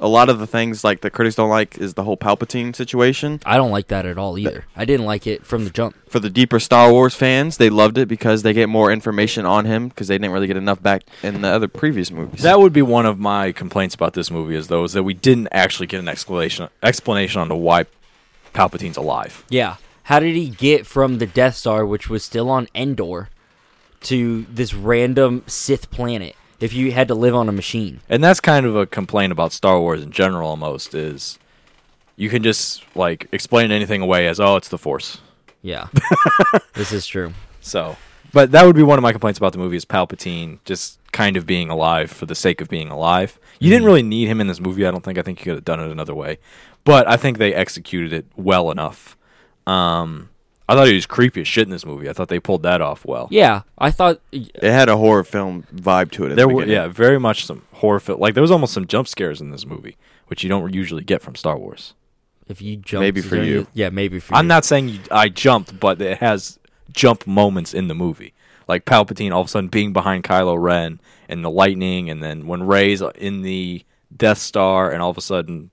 [SPEAKER 4] a lot of the things like the critics don't like is the whole Palpatine situation.
[SPEAKER 3] I don't like that at all either. I didn't like it from the jump.
[SPEAKER 4] For the deeper Star Wars fans, they loved it because they get more information on him because they didn't really get enough back in the other previous movies.
[SPEAKER 2] That would be one of my complaints about this movie is though is that we didn't actually get an explanation explanation on to why Palpatine's alive.
[SPEAKER 3] Yeah. How did he get from the Death Star, which was still on Endor, to this random Sith planet? If you had to live on a machine,
[SPEAKER 2] And that's kind of a complaint about Star Wars in general almost is you can just like explain anything away as oh it's the force.
[SPEAKER 4] [LAUGHS]
[SPEAKER 3] yeah, this is true.
[SPEAKER 2] So but that would be one of my complaints about the movie is Palpatine just kind of being alive for the sake of being alive. You didn't really need him in this movie, I don't think. I think you could have done it another way. But I think they executed it well enough. Um I thought he was creepy as shit in this movie. I thought they pulled that off well.
[SPEAKER 3] Yeah, I thought
[SPEAKER 4] it had a horror film vibe to it. At
[SPEAKER 2] There
[SPEAKER 4] the
[SPEAKER 2] were
[SPEAKER 4] beginning.
[SPEAKER 2] yeah, very much some horror fil- like there was almost some jump scares in this movie, which you don't usually get from Star Wars.
[SPEAKER 3] if you jump,
[SPEAKER 4] Maybe for you.
[SPEAKER 3] yeah, maybe for
[SPEAKER 2] I'm
[SPEAKER 3] you.
[SPEAKER 2] not saying you, I jumped, but it has jump moments in the movie. Like Palpatine all of a sudden being behind Kylo Ren and the lightning, and then when Ray's in the Death Star, and all of a sudden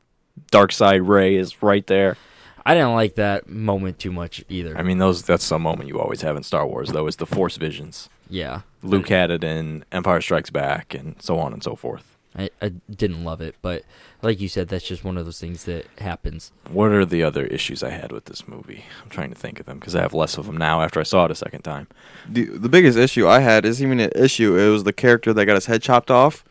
[SPEAKER 2] Dark Side Ray is right there.
[SPEAKER 3] I didn't like that moment too much either.
[SPEAKER 2] I mean, those that's some moment you always have in Star Wars, though, is the Force visions.
[SPEAKER 3] yeah,
[SPEAKER 2] Luke had it in Empire Strikes Back, and so on and so forth.
[SPEAKER 3] I, I didn't love it, but like you said, that's just one of those things that happens.
[SPEAKER 2] What are the other issues I had with this movie? I'm trying to think of them because I have less of them now after I saw it a second time.
[SPEAKER 4] the, the biggest issue I had isn't even an issue. It was the character that got his head chopped off.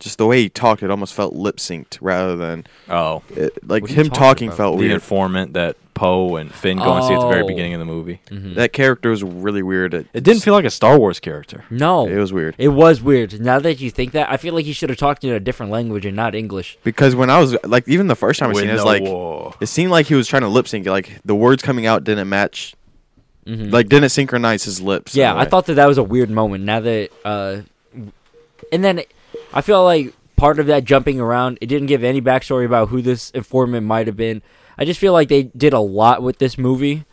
[SPEAKER 4] Just the way he talked, it almost felt lip synced rather than
[SPEAKER 2] Oh,
[SPEAKER 4] it, like
[SPEAKER 3] What are you
[SPEAKER 4] him
[SPEAKER 3] talking
[SPEAKER 4] talking
[SPEAKER 3] about?
[SPEAKER 4] felt
[SPEAKER 2] the
[SPEAKER 4] weird.
[SPEAKER 2] informant that Poe and Finn go and see at the very
[SPEAKER 3] Oh.
[SPEAKER 2] beginning of the movie.
[SPEAKER 4] That character was really weird. It,
[SPEAKER 2] It didn't feel like a Star Wars character.
[SPEAKER 3] No,
[SPEAKER 4] It was weird.
[SPEAKER 3] It was weird. Now that you think that, I feel like he should have talked in a different language and not English.
[SPEAKER 4] because when I was like, even the first time I seen it, it's like
[SPEAKER 2] Winnow.
[SPEAKER 4] it seemed like he was trying to lip sync. it, Like the words coming out didn't match, like didn't synchronize his lips. in
[SPEAKER 3] Yeah,
[SPEAKER 4] a
[SPEAKER 3] I
[SPEAKER 4] way.
[SPEAKER 3] thought that that was a weird moment. Now that, uh, and then I feel like part of that jumping around, it didn't give any backstory about who this informant might have been. I just feel like they did a lot with this movie,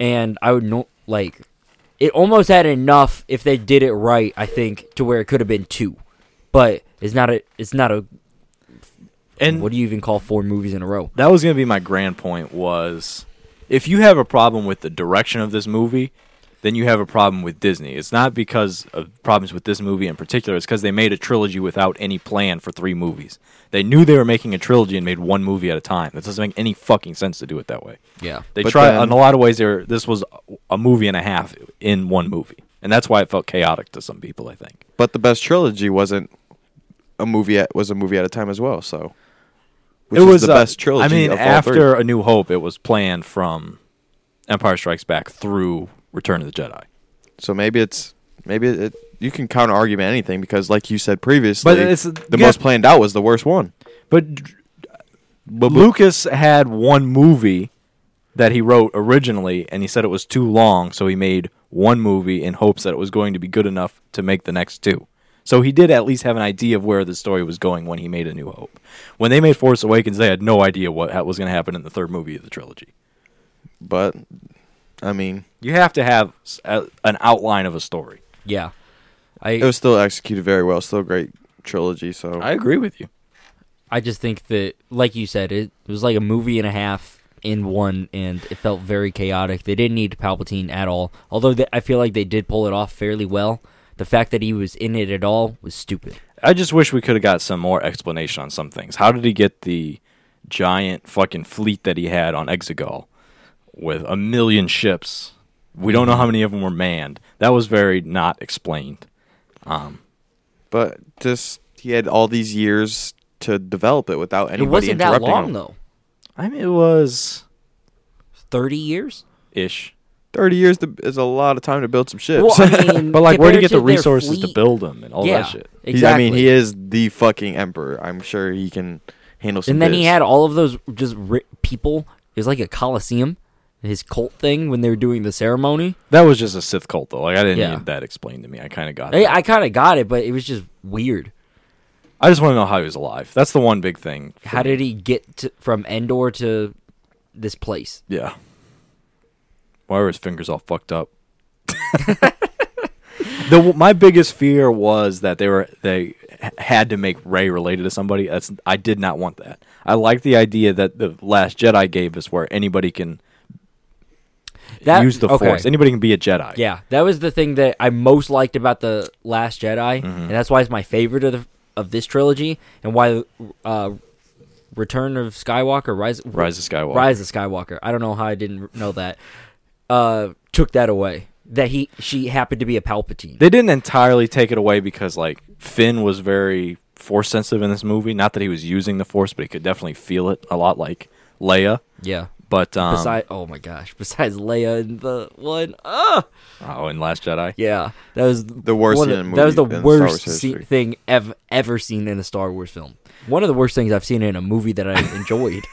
[SPEAKER 3] and I would know like it almost had enough if they did it right. I think to where it could have been two, but it's not a it's not a
[SPEAKER 2] and
[SPEAKER 3] what do you even call four movies in a row?
[SPEAKER 2] that was going to be my grand point was if you have a problem with the direction of this movie then you have a problem with disney it's not because of problems with this movie in particular it's because they made a trilogy without any plan for three movies they knew they were making a trilogy and made one movie at a time that doesn't make any fucking sense to do it that way
[SPEAKER 3] Yeah.
[SPEAKER 2] they
[SPEAKER 4] But
[SPEAKER 2] try
[SPEAKER 4] then-
[SPEAKER 2] in a lot of ways they were, this was a movie and a half in one movie and that's why it felt chaotic to some people i think
[SPEAKER 4] but the best trilogy wasn't a movie at was a movie at a time as well. So which
[SPEAKER 2] it
[SPEAKER 4] is
[SPEAKER 2] was
[SPEAKER 4] the
[SPEAKER 2] uh,
[SPEAKER 4] best trilogy.
[SPEAKER 2] I mean,
[SPEAKER 4] of all three.
[SPEAKER 2] after A New Hope, it was planned from Empire Strikes Back through Return of the Jedi.
[SPEAKER 4] So maybe it's maybe it, it you can counter argument anything because like you said previously,
[SPEAKER 2] But it's-
[SPEAKER 4] the
[SPEAKER 2] yeah.
[SPEAKER 4] most planned out was the worst one.
[SPEAKER 2] But d- Lucas had one movie that he wrote originally, and he said it was too long, so he made one movie in hopes that it was going to be good enough to make the next two. So he did at least have an idea of where the story was going when he made A New Hope. When they made Force Awakens, they had no idea what ha- was going to happen in the third movie of the trilogy.
[SPEAKER 4] But I mean,
[SPEAKER 2] You have to have s- a- an outline of a story.
[SPEAKER 3] Yeah.
[SPEAKER 4] it
[SPEAKER 3] I
[SPEAKER 4] was still executed very well. Still a great trilogy. So
[SPEAKER 2] I agree with you.
[SPEAKER 3] I just think that like you said, it, it was like a movie and a half in one and it felt very chaotic. They didn't need Palpatine at all. Although they, I feel like they did pull it off fairly well. The fact that he was in it at all was stupid.
[SPEAKER 2] I just wish we could have got some more explanation on some things. How did he get the giant fucking fleet that he had on Exegol with a million ships? We don't know how many of them were manned. That was very not explained.
[SPEAKER 4] but just he had all these years to develop it without
[SPEAKER 3] It
[SPEAKER 4] anybody
[SPEAKER 3] wasn't that
[SPEAKER 4] interrupting
[SPEAKER 3] long
[SPEAKER 4] him.
[SPEAKER 3] though.
[SPEAKER 2] I mean, it was
[SPEAKER 3] 30 years?
[SPEAKER 2] ish.
[SPEAKER 4] Thirty years to, is a lot of time to build some ships. [LAUGHS]
[SPEAKER 3] Well, I
[SPEAKER 2] [LAUGHS]
[SPEAKER 3] mean,
[SPEAKER 2] But like, where do you
[SPEAKER 3] compared
[SPEAKER 2] get the
[SPEAKER 3] to their
[SPEAKER 2] resources to
[SPEAKER 3] fleet-
[SPEAKER 2] build them and all
[SPEAKER 3] yeah,
[SPEAKER 2] that shit?
[SPEAKER 4] He- I
[SPEAKER 3] Exactly.
[SPEAKER 4] mean, he is the fucking emperor. I'm sure he can handle some.
[SPEAKER 3] and then he
[SPEAKER 4] biz.
[SPEAKER 3] had all of those just ri- people. It was like a coliseum, his cult thing when they were doing the ceremony.
[SPEAKER 2] That was just a Sith cult, though. Like, I didn't
[SPEAKER 3] Yeah.
[SPEAKER 2] need that explained to me. I kind of got.
[SPEAKER 3] I,
[SPEAKER 2] that.
[SPEAKER 3] I kind of got it, but it was just weird.
[SPEAKER 2] I just want to know how he was alive. That's the one big thing. for
[SPEAKER 3] How
[SPEAKER 2] me.
[SPEAKER 3] did he get to, from Endor to this place?
[SPEAKER 2] Yeah. Why were his fingers all fucked up? [LAUGHS] the my biggest fear was that they were they h- had to make Ray related to somebody. That's I did not want that. I like the idea that the Last Jedi gave us, where anybody can
[SPEAKER 3] That
[SPEAKER 2] use the
[SPEAKER 3] okay.
[SPEAKER 2] Force. Anybody can be a Jedi.
[SPEAKER 3] Yeah, that was the thing that I most liked about the Last Jedi,
[SPEAKER 2] Mm-hmm.
[SPEAKER 3] and that's why it's my favorite of the, of this trilogy, and why uh, Return of Skywalker, Rise,
[SPEAKER 2] Rise of Skywalker.
[SPEAKER 3] Rise of Skywalker. I don't know how I didn't know that. Uh, took that away. That he she happened to be a Palpatine.
[SPEAKER 2] They didn't entirely take it away because like Finn was very force sensitive in this movie. Not that he was using the force, but he could definitely feel it a lot, like Leia.
[SPEAKER 3] yeah.
[SPEAKER 2] But um,
[SPEAKER 3] Besides, oh my gosh! Besides Leia and the one, ah,
[SPEAKER 2] oh, in Last Jedi,
[SPEAKER 3] yeah, that was
[SPEAKER 4] The worst
[SPEAKER 3] one of-
[SPEAKER 4] in a
[SPEAKER 3] that was the
[SPEAKER 4] movie in Star Wars
[SPEAKER 3] worst se-
[SPEAKER 4] history.
[SPEAKER 3] thing ever ever seen in a Star Wars film. One of the worst things I've seen in a movie that
[SPEAKER 4] [LAUGHS]
[SPEAKER 3] I enjoyed.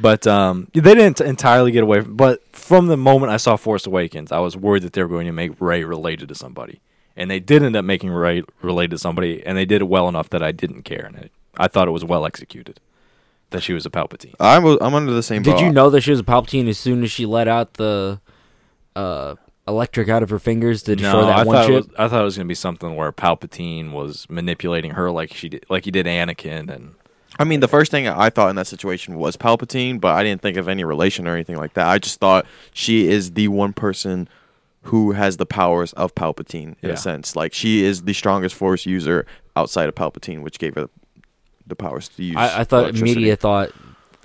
[SPEAKER 2] But um, they didn't entirely get away. From, but from the moment I saw Force Awakens, I was worried that they were going to make Ray related to somebody, and they did end up making Ray related to somebody, and they did it well enough that I didn't care, and it, I thought it was well executed that she was a Palpatine.
[SPEAKER 4] I'm I'm under the same.
[SPEAKER 3] Did
[SPEAKER 4] boat.
[SPEAKER 3] you know that she was a Palpatine as soon as she let out the uh, electric out of her fingers to destroy that
[SPEAKER 2] I
[SPEAKER 3] one
[SPEAKER 2] thought
[SPEAKER 3] ship?
[SPEAKER 2] it was, I thought it was going to be something where Palpatine was manipulating her like she did, like he did Anakin, and
[SPEAKER 4] I mean, the first thing I thought in that situation was Palpatine, but I didn't think of any relation or anything like that. I just thought she is the one person who has the powers of Palpatine in
[SPEAKER 2] Yeah.
[SPEAKER 4] a sense. Like she is the strongest Force user outside of Palpatine, which gave her the powers to use.
[SPEAKER 3] I, I thought
[SPEAKER 4] electricity.
[SPEAKER 3] media thought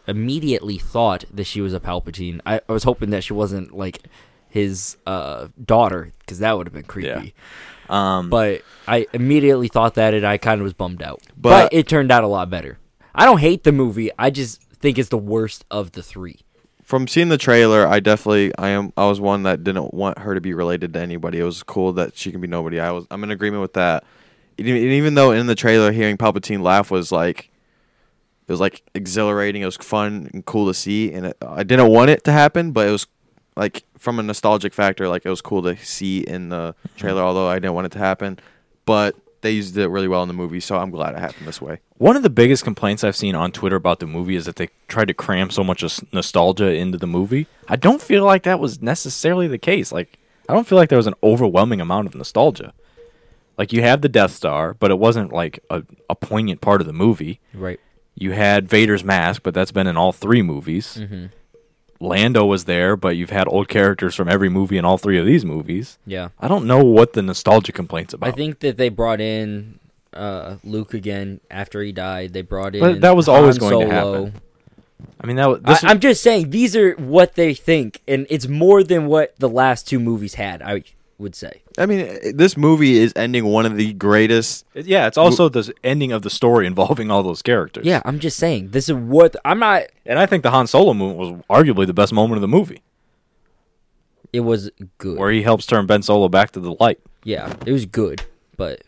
[SPEAKER 3] immediately thought that she was a Palpatine. I, I was hoping that she wasn't like his uh, daughter because that would have been creepy. Um, but I immediately thought that, and I kind of was bummed out. But,
[SPEAKER 4] But-
[SPEAKER 3] it turned out a lot better. I don't hate the movie. I just think it's the worst of the three.
[SPEAKER 4] From seeing the trailer, I definitely I am I was one that didn't want her to be related to anybody. It was cool that she can be nobody. I was I'm in agreement with that. And even- and even though in the trailer hearing Palpatine laugh was like it was like exhilarating. It was fun and cool to see, and it, I didn't want it to happen, but it was like from a nostalgic factor, like it was cool to see in the trailer. Although I didn't want it to happen, but they used it really well in the movie, so I'm glad it happened this way.
[SPEAKER 2] One of the biggest complaints I've seen on Twitter about the movie is that they tried to cram so much of s- nostalgia into the movie. I don't feel like that was necessarily the case. Like, I don't feel like there was an overwhelming amount of nostalgia. Like, you have the Death Star, but it wasn't like a, a poignant part of the movie.
[SPEAKER 3] Right.
[SPEAKER 2] You had Vader's mask, but that's been in all three movies.
[SPEAKER 3] Mm-hmm.
[SPEAKER 2] Lando was there, but you've had old characters from every movie in all three of these movies.
[SPEAKER 3] Yeah.
[SPEAKER 2] I don't know what the nostalgia complaints about.
[SPEAKER 3] I think that they brought in uh, Luke again after he died. They brought in.
[SPEAKER 2] But that was always
[SPEAKER 3] Han
[SPEAKER 2] going to
[SPEAKER 3] Solo.
[SPEAKER 2] happen. I mean that. w-
[SPEAKER 3] I,
[SPEAKER 2] This
[SPEAKER 3] I'm just saying these are what they think, and it's more than what the last two movies had. I would say.
[SPEAKER 4] I mean, i- this movie is ending one of the greatest
[SPEAKER 2] It- Yeah, it's also the ending of the story [LAUGHS] involving all those characters.
[SPEAKER 3] Yeah, I'm just saying this is what I'm not.
[SPEAKER 2] and I think the Han Solo moment was arguably the best moment of the movie,
[SPEAKER 3] It was good.
[SPEAKER 2] where he helps turn Ben Solo back to the light.
[SPEAKER 3] Yeah, it was good, but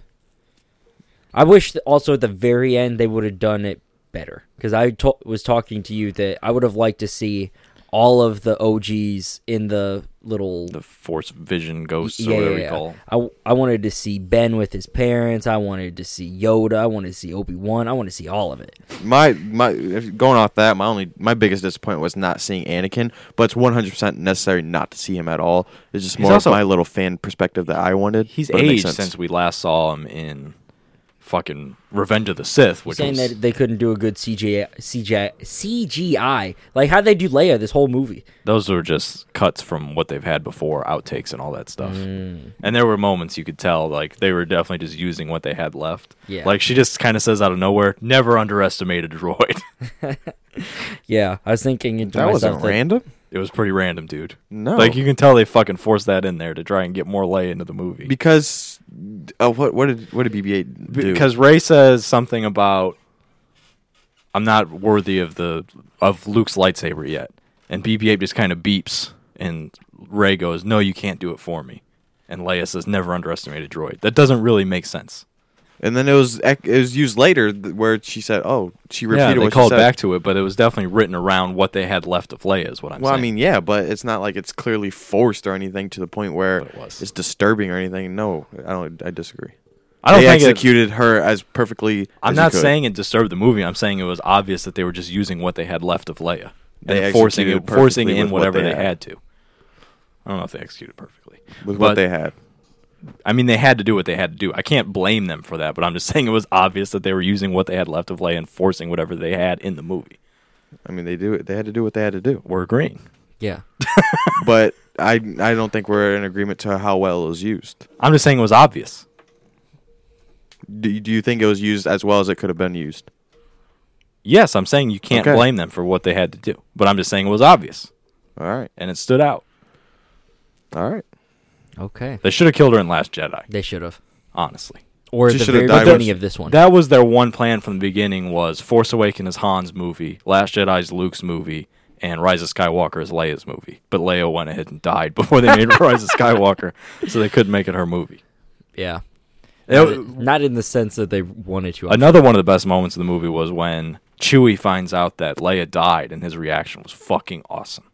[SPEAKER 3] I wish that also at the very end they would have done it better because I to- was talking to you that I would have liked to see all of the OGs in the little
[SPEAKER 2] The Force Vision Ghost, or whatever you call.
[SPEAKER 3] I, w- I wanted to see Ben with his parents. I wanted to see Yoda. I wanted to see Obi Wan. I want to see all of it.
[SPEAKER 4] my my if going off that my only my biggest disappointment was not seeing Anakin, but it's one hundred percent necessary not to see him at all. It's just more
[SPEAKER 2] also-
[SPEAKER 4] of my little fan perspective that I wanted.
[SPEAKER 2] He's
[SPEAKER 4] but it makes
[SPEAKER 2] aged
[SPEAKER 4] sense.
[SPEAKER 2] since we last saw him in fucking Revenge of the Sith, which
[SPEAKER 3] Saying
[SPEAKER 2] was
[SPEAKER 3] that they couldn't do a good CGI, CGI, CGI. Like how would they do Leia this whole movie?
[SPEAKER 2] those were just cuts from what they've had before, outtakes and all that stuff. And there were moments you could tell like they were definitely just using what they had left.
[SPEAKER 3] Yeah.
[SPEAKER 2] Like she just kind of says out of nowhere, "Never underestimate a droid." [LAUGHS]
[SPEAKER 3] Yeah, I was thinking into
[SPEAKER 4] that
[SPEAKER 3] myself
[SPEAKER 4] wasn't
[SPEAKER 3] that-
[SPEAKER 4] random.
[SPEAKER 2] It was pretty random, dude.
[SPEAKER 4] No.
[SPEAKER 2] Like you can tell they fucking forced that in there to try and get more lay into the movie.
[SPEAKER 4] Because uh, what what did what did BB-8 do?
[SPEAKER 2] because Ray says something about I'm not worthy of the of Luke's lightsaber yet. And BB-8 just kind of beeps And Ray goes, "No, you can't do it for me." And Leia says, "Never underestimate a droid." That doesn't really make sense.
[SPEAKER 4] And then it was ec- it was used later th- where she said, "Oh, she repeated
[SPEAKER 2] yeah, they
[SPEAKER 4] what
[SPEAKER 2] called
[SPEAKER 4] she said."
[SPEAKER 2] back to it, but it was definitely written around what they had left of Leia. Is what I'm
[SPEAKER 4] well,
[SPEAKER 2] saying.
[SPEAKER 4] I mean, yeah, but it's not like it's clearly forced or anything to the point where
[SPEAKER 2] But it was.
[SPEAKER 4] it's disturbing or anything. No, I don't. I disagree.
[SPEAKER 2] I don't
[SPEAKER 4] they
[SPEAKER 2] think it,
[SPEAKER 4] executed her as perfectly.
[SPEAKER 2] I'm
[SPEAKER 4] as
[SPEAKER 2] not
[SPEAKER 4] you could.
[SPEAKER 2] saying it disturbed the movie. I'm saying it was obvious that they were just using what they had left of Leia
[SPEAKER 4] They
[SPEAKER 2] and forcing
[SPEAKER 4] executed
[SPEAKER 2] it, forcing
[SPEAKER 4] perfectly
[SPEAKER 2] in
[SPEAKER 4] with what
[SPEAKER 2] whatever
[SPEAKER 4] they
[SPEAKER 2] they,
[SPEAKER 4] had.
[SPEAKER 2] had. to. I don't know if they executed perfectly
[SPEAKER 4] with
[SPEAKER 2] but-
[SPEAKER 4] what they had.
[SPEAKER 2] I mean, they had to do what they had to do. I can't blame them for that, but I'm just [LAUGHS] saying it was obvious that they were using what they had left of Leia and forcing whatever they had in the movie.
[SPEAKER 4] I mean, they do. They had to do what they had to do.
[SPEAKER 2] We're agreeing.
[SPEAKER 3] Yeah.
[SPEAKER 4] But I, I don't think we're in agreement to how well it was used.
[SPEAKER 2] I'm just saying it was obvious.
[SPEAKER 4] Do you, do you think it was used as well as it could have been used?
[SPEAKER 2] Yes, I'm saying you can't
[SPEAKER 4] Okay.
[SPEAKER 2] blame them for what they had to do, but I'm just saying it was obvious
[SPEAKER 4] All right,
[SPEAKER 2] and it stood out.
[SPEAKER 4] all right.
[SPEAKER 3] Okay.
[SPEAKER 2] They should have killed her in Last Jedi,
[SPEAKER 3] They should have.
[SPEAKER 2] honestly.
[SPEAKER 3] Or
[SPEAKER 4] She
[SPEAKER 3] at the
[SPEAKER 4] should
[SPEAKER 3] very
[SPEAKER 4] have died
[SPEAKER 3] beginning
[SPEAKER 4] when-
[SPEAKER 3] of this one.
[SPEAKER 2] That was their one plan from the beginning was Force Awakens is Han's movie, Last Jedi is Luke's movie, and Rise of Skywalker is Leia's movie. But Leia went ahead and died [LAUGHS] before they made Rise of Skywalker, so they couldn't make it her movie.
[SPEAKER 3] yeah.
[SPEAKER 2] That
[SPEAKER 3] Not-
[SPEAKER 2] was-
[SPEAKER 3] not in the sense that they wanted to.
[SPEAKER 2] Another one of the best moments of the movie was when Chewie finds out that Leia died, and his reaction was fucking awesome.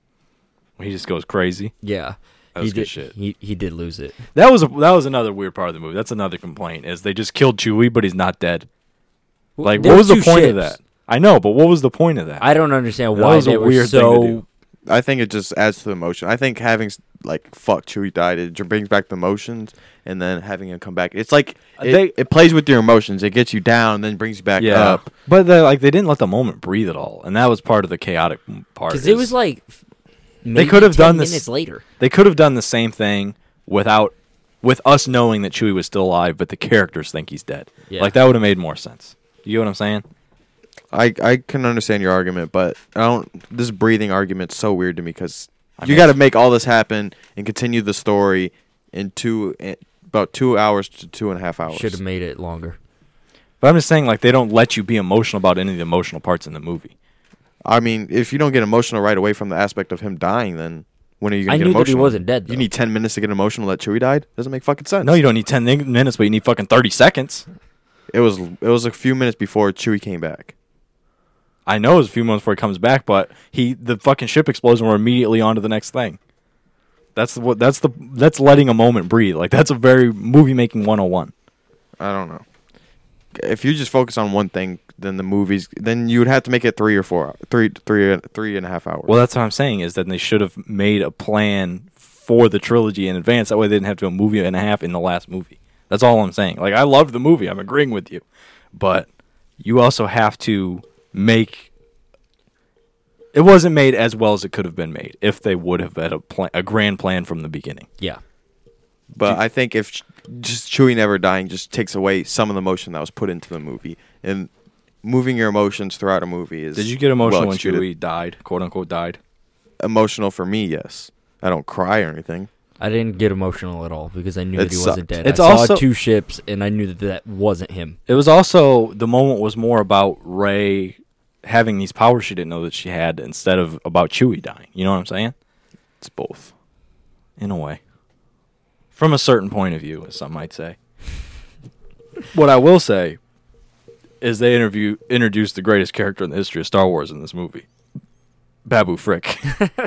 [SPEAKER 2] He just goes crazy.
[SPEAKER 3] yeah.
[SPEAKER 2] That
[SPEAKER 3] he
[SPEAKER 2] was
[SPEAKER 3] did,
[SPEAKER 2] good shit.
[SPEAKER 3] He, he did lose it.
[SPEAKER 2] That was a, that was another weird part of the movie. That's another complaint is they just killed Chewie, but he's not dead. Like,
[SPEAKER 3] There
[SPEAKER 2] what
[SPEAKER 3] were
[SPEAKER 2] was the
[SPEAKER 3] two
[SPEAKER 2] point of
[SPEAKER 3] ships.
[SPEAKER 2] that? I know, but what was the point of that?
[SPEAKER 3] I don't understand
[SPEAKER 2] That
[SPEAKER 3] why
[SPEAKER 2] was a
[SPEAKER 3] they were
[SPEAKER 2] weird thing to
[SPEAKER 3] so
[SPEAKER 2] do.
[SPEAKER 4] I think it just adds to the emotion. I think having s- like fuck Chewie died, it j- brings back the emotions, and then having him come back, it's like
[SPEAKER 2] Uh,
[SPEAKER 4] it,
[SPEAKER 2] they-
[SPEAKER 4] it plays with your emotions. It gets you down, and then brings you back up.
[SPEAKER 2] But they, like they didn't let the moment breathe at all, and that was part of the chaotic m- part.
[SPEAKER 3] because it
[SPEAKER 2] is
[SPEAKER 3] was like
[SPEAKER 2] they could have done this
[SPEAKER 3] minutes later.
[SPEAKER 2] They could have done the same thing without with us knowing that Chewie was still alive, but the characters think he's dead.
[SPEAKER 3] Yeah.
[SPEAKER 2] Like that would have made more sense. You know what I'm saying?
[SPEAKER 4] I I can understand your argument, but I don't. This breathing argument's so weird to me because you
[SPEAKER 2] mean-
[SPEAKER 4] got to make all this happen and continue the story in two in about two hours to two and a half hours.
[SPEAKER 3] Should have made it longer.
[SPEAKER 2] But I'm just saying, like they don't let you be emotional about any of the emotional parts in the movie.
[SPEAKER 4] I mean, if you don't get emotional right away from the aspect of him dying, then when are you gonna
[SPEAKER 3] I
[SPEAKER 4] get
[SPEAKER 3] knew that he
[SPEAKER 4] emotional?
[SPEAKER 3] wasn't dead,
[SPEAKER 4] You
[SPEAKER 3] though.
[SPEAKER 4] need ten minutes to get emotional that Chewie died. Doesn't make fucking sense.
[SPEAKER 2] No, you don't need ten nig- minutes, but you need fucking thirty seconds.
[SPEAKER 4] It was it was a few minutes before Chewie came back.
[SPEAKER 2] I know it was a few months before he comes back, but he the fucking ship explodes and we're immediately on to the next thing. That's what that's the that's letting a moment breathe. Like that's a very oh movie making 101.
[SPEAKER 4] I don't know. If you just focus on one thing, then the movies, then you would have to make it three or four, three, three, three and a half hours.
[SPEAKER 2] Well, that's what I'm saying is that they should have made a plan for the trilogy in advance. That way they didn't have to do a movie and a half in the last movie. That's all I'm saying. Like I loved the movie. I'm agreeing with you. But you also have to make it wasn't made as well as it could have been made if they would have had a plan, a grand plan from the beginning.
[SPEAKER 3] Yeah.
[SPEAKER 4] But I think if ch- just Chewie never dying just takes away some of the emotion that was put into the movie, and moving your emotions throughout a movie is.
[SPEAKER 2] Did you get emotional
[SPEAKER 4] well
[SPEAKER 2] when
[SPEAKER 4] executed.
[SPEAKER 2] Chewie died, quote unquote died?
[SPEAKER 4] Emotional for me, yes. I don't cry or anything.
[SPEAKER 3] I didn't get emotional at all because I knew
[SPEAKER 4] It
[SPEAKER 3] that he
[SPEAKER 4] sucked.
[SPEAKER 3] wasn't dead.
[SPEAKER 2] It's
[SPEAKER 3] I saw
[SPEAKER 2] also-
[SPEAKER 3] two ships and I knew that that wasn't him.
[SPEAKER 2] It was also the moment was more about Ray having these powers she didn't know that she had instead of about Chewie dying. You know what I'm saying?
[SPEAKER 4] It's both.
[SPEAKER 2] In a way. From a certain point of view, as some might say. what I will say is they interview introduced the greatest character in the history of Star Wars in this movie. Babu Frick. [LAUGHS]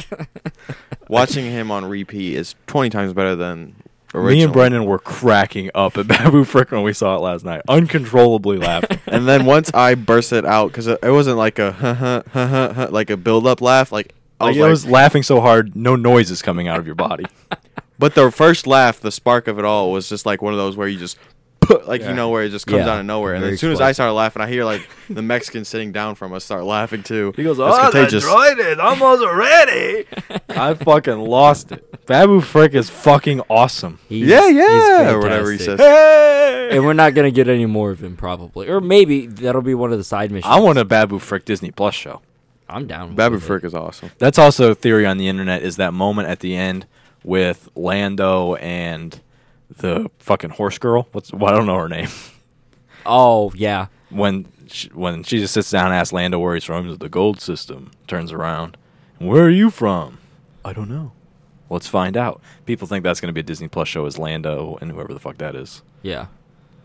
[SPEAKER 4] Watching him on repeat is twenty times better than original.
[SPEAKER 2] Me and Brendan were cracking up at [LAUGHS] Babu Frick when we saw it last night. Uncontrollably laughing.
[SPEAKER 4] And then once I burst it out because it it wasn't like a [LAUGHS] huh, huh, huh, huh, huh, like a build up laugh. Like [LAUGHS] I
[SPEAKER 2] Like,
[SPEAKER 4] was
[SPEAKER 2] I
[SPEAKER 4] like,
[SPEAKER 2] was laughing so hard, no noise is coming out of your body.
[SPEAKER 4] but the first laugh, the spark of it all was just like one of those where you just. put- Like
[SPEAKER 2] Yeah.
[SPEAKER 4] you know where it just comes
[SPEAKER 3] Yeah.
[SPEAKER 4] out of nowhere, and
[SPEAKER 3] Very
[SPEAKER 4] as soon as I
[SPEAKER 3] explosive.
[SPEAKER 4] start laughing, I hear like the Mexican sitting down from us start laughing too.
[SPEAKER 2] He goes,
[SPEAKER 4] It's
[SPEAKER 2] "Oh, the droid is almost ready." [LAUGHS] I fucking lost it. Babu Frick is fucking awesome.
[SPEAKER 3] He's,
[SPEAKER 4] Yeah,
[SPEAKER 3] he's
[SPEAKER 4] yeah, or whatever he
[SPEAKER 3] fantastic.
[SPEAKER 4] says.
[SPEAKER 2] Hey!
[SPEAKER 3] And we're not gonna get any more of him probably, or maybe that'll be one of the side missions.
[SPEAKER 2] I want a Babu Frick Disney Plus show.
[SPEAKER 3] I'm down.
[SPEAKER 4] Babu
[SPEAKER 3] with it.
[SPEAKER 4] Frick is awesome.
[SPEAKER 2] That's also a theory on the internet. Is that moment at the end with Lando and the fucking horse girl? What's well, I don't know her name.
[SPEAKER 3] Oh yeah,
[SPEAKER 2] when she, when she just sits down and asks Lando where he's from, he's like, the gold system turns around. Where are you from? I don't know. Let's find out. People think that's going to be a Disney Plus show is Lando and whoever the fuck that is.
[SPEAKER 3] Yeah,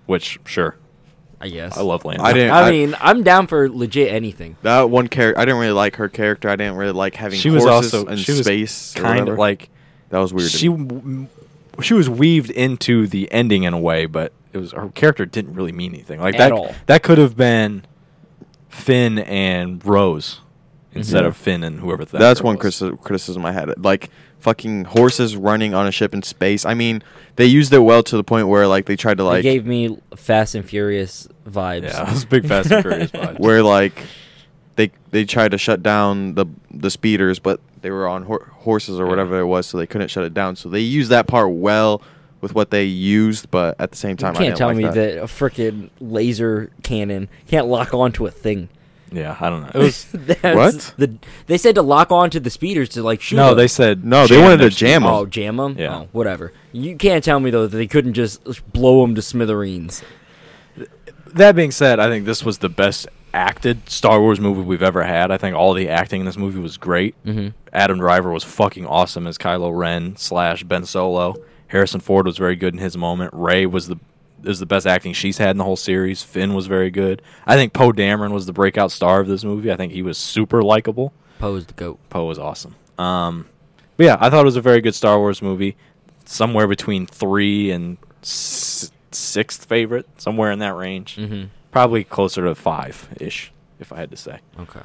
[SPEAKER 2] Which sure,
[SPEAKER 3] I guess.
[SPEAKER 2] I love Lando.
[SPEAKER 4] I didn't-
[SPEAKER 3] I mean, I'm down for legit anything.
[SPEAKER 4] That one character, I didn't really like her character. I didn't really like having
[SPEAKER 2] She was
[SPEAKER 4] horses
[SPEAKER 2] also
[SPEAKER 4] in
[SPEAKER 2] she was
[SPEAKER 4] space. or
[SPEAKER 2] kind of
[SPEAKER 4] whatever.
[SPEAKER 2] like
[SPEAKER 4] that was weird. to
[SPEAKER 2] she
[SPEAKER 4] me.
[SPEAKER 2] w- she was weaved into the ending in a way, but it was her character didn't really mean anything. Like
[SPEAKER 3] At
[SPEAKER 2] that
[SPEAKER 3] all.
[SPEAKER 2] that could have been Finn and Rose instead of Finn and whoever that
[SPEAKER 4] Mm-hmm. that's
[SPEAKER 2] girl
[SPEAKER 4] one
[SPEAKER 2] was.
[SPEAKER 4] criti- criticism I had. Like fucking horses running on a ship in space. I mean, they used it well to the point where like they tried to
[SPEAKER 3] It
[SPEAKER 4] like
[SPEAKER 3] gave me Fast and Furious vibes.
[SPEAKER 2] Yeah, I was big Fast and
[SPEAKER 3] [LAUGHS]
[SPEAKER 2] Furious vibes.
[SPEAKER 4] where like they they tried to shut down the the speeders, but they were on hor- horses or whatever it was, so they couldn't shut it down. So they used that part well with what they used, but at the same
[SPEAKER 3] You
[SPEAKER 4] time, I
[SPEAKER 3] can't
[SPEAKER 4] didn't
[SPEAKER 3] tell
[SPEAKER 4] like
[SPEAKER 3] me
[SPEAKER 4] that.
[SPEAKER 3] that. a freaking laser cannon can't lock onto a thing.
[SPEAKER 2] Yeah, I don't know. It
[SPEAKER 4] [LAUGHS]
[SPEAKER 2] was
[SPEAKER 3] [LAUGHS] That's
[SPEAKER 4] What?
[SPEAKER 3] The, they said to lock onto the speeders to like shoot.
[SPEAKER 2] no.
[SPEAKER 3] them.
[SPEAKER 2] They said
[SPEAKER 4] No, they wanted
[SPEAKER 2] their
[SPEAKER 4] to jam
[SPEAKER 2] speed.
[SPEAKER 4] them.
[SPEAKER 3] Oh, jam them.
[SPEAKER 2] Yeah.
[SPEAKER 3] Oh, whatever. You can't tell me though that they couldn't just blow them to smithereens.
[SPEAKER 2] That being said, I think this was the best acted Star Wars movie we've ever had. I think all the acting in this movie was great. Mm-hmm. Adam Driver was fucking awesome as Kylo Ren slash Ben Solo. Harrison Ford was very good in his moment. Ray was the is the best acting she's had in the whole series. Finn was very good. I think Poe Dameron was the breakout star of this movie. I think he was super likable.
[SPEAKER 3] Posed goat.
[SPEAKER 2] Poe was awesome. Um, but yeah, I thought it was a very good Star Wars movie. Somewhere between three and s- sixth favorite, somewhere in that range.
[SPEAKER 3] Mhm.
[SPEAKER 2] Probably closer to five ish, if I had to say.
[SPEAKER 3] Okay.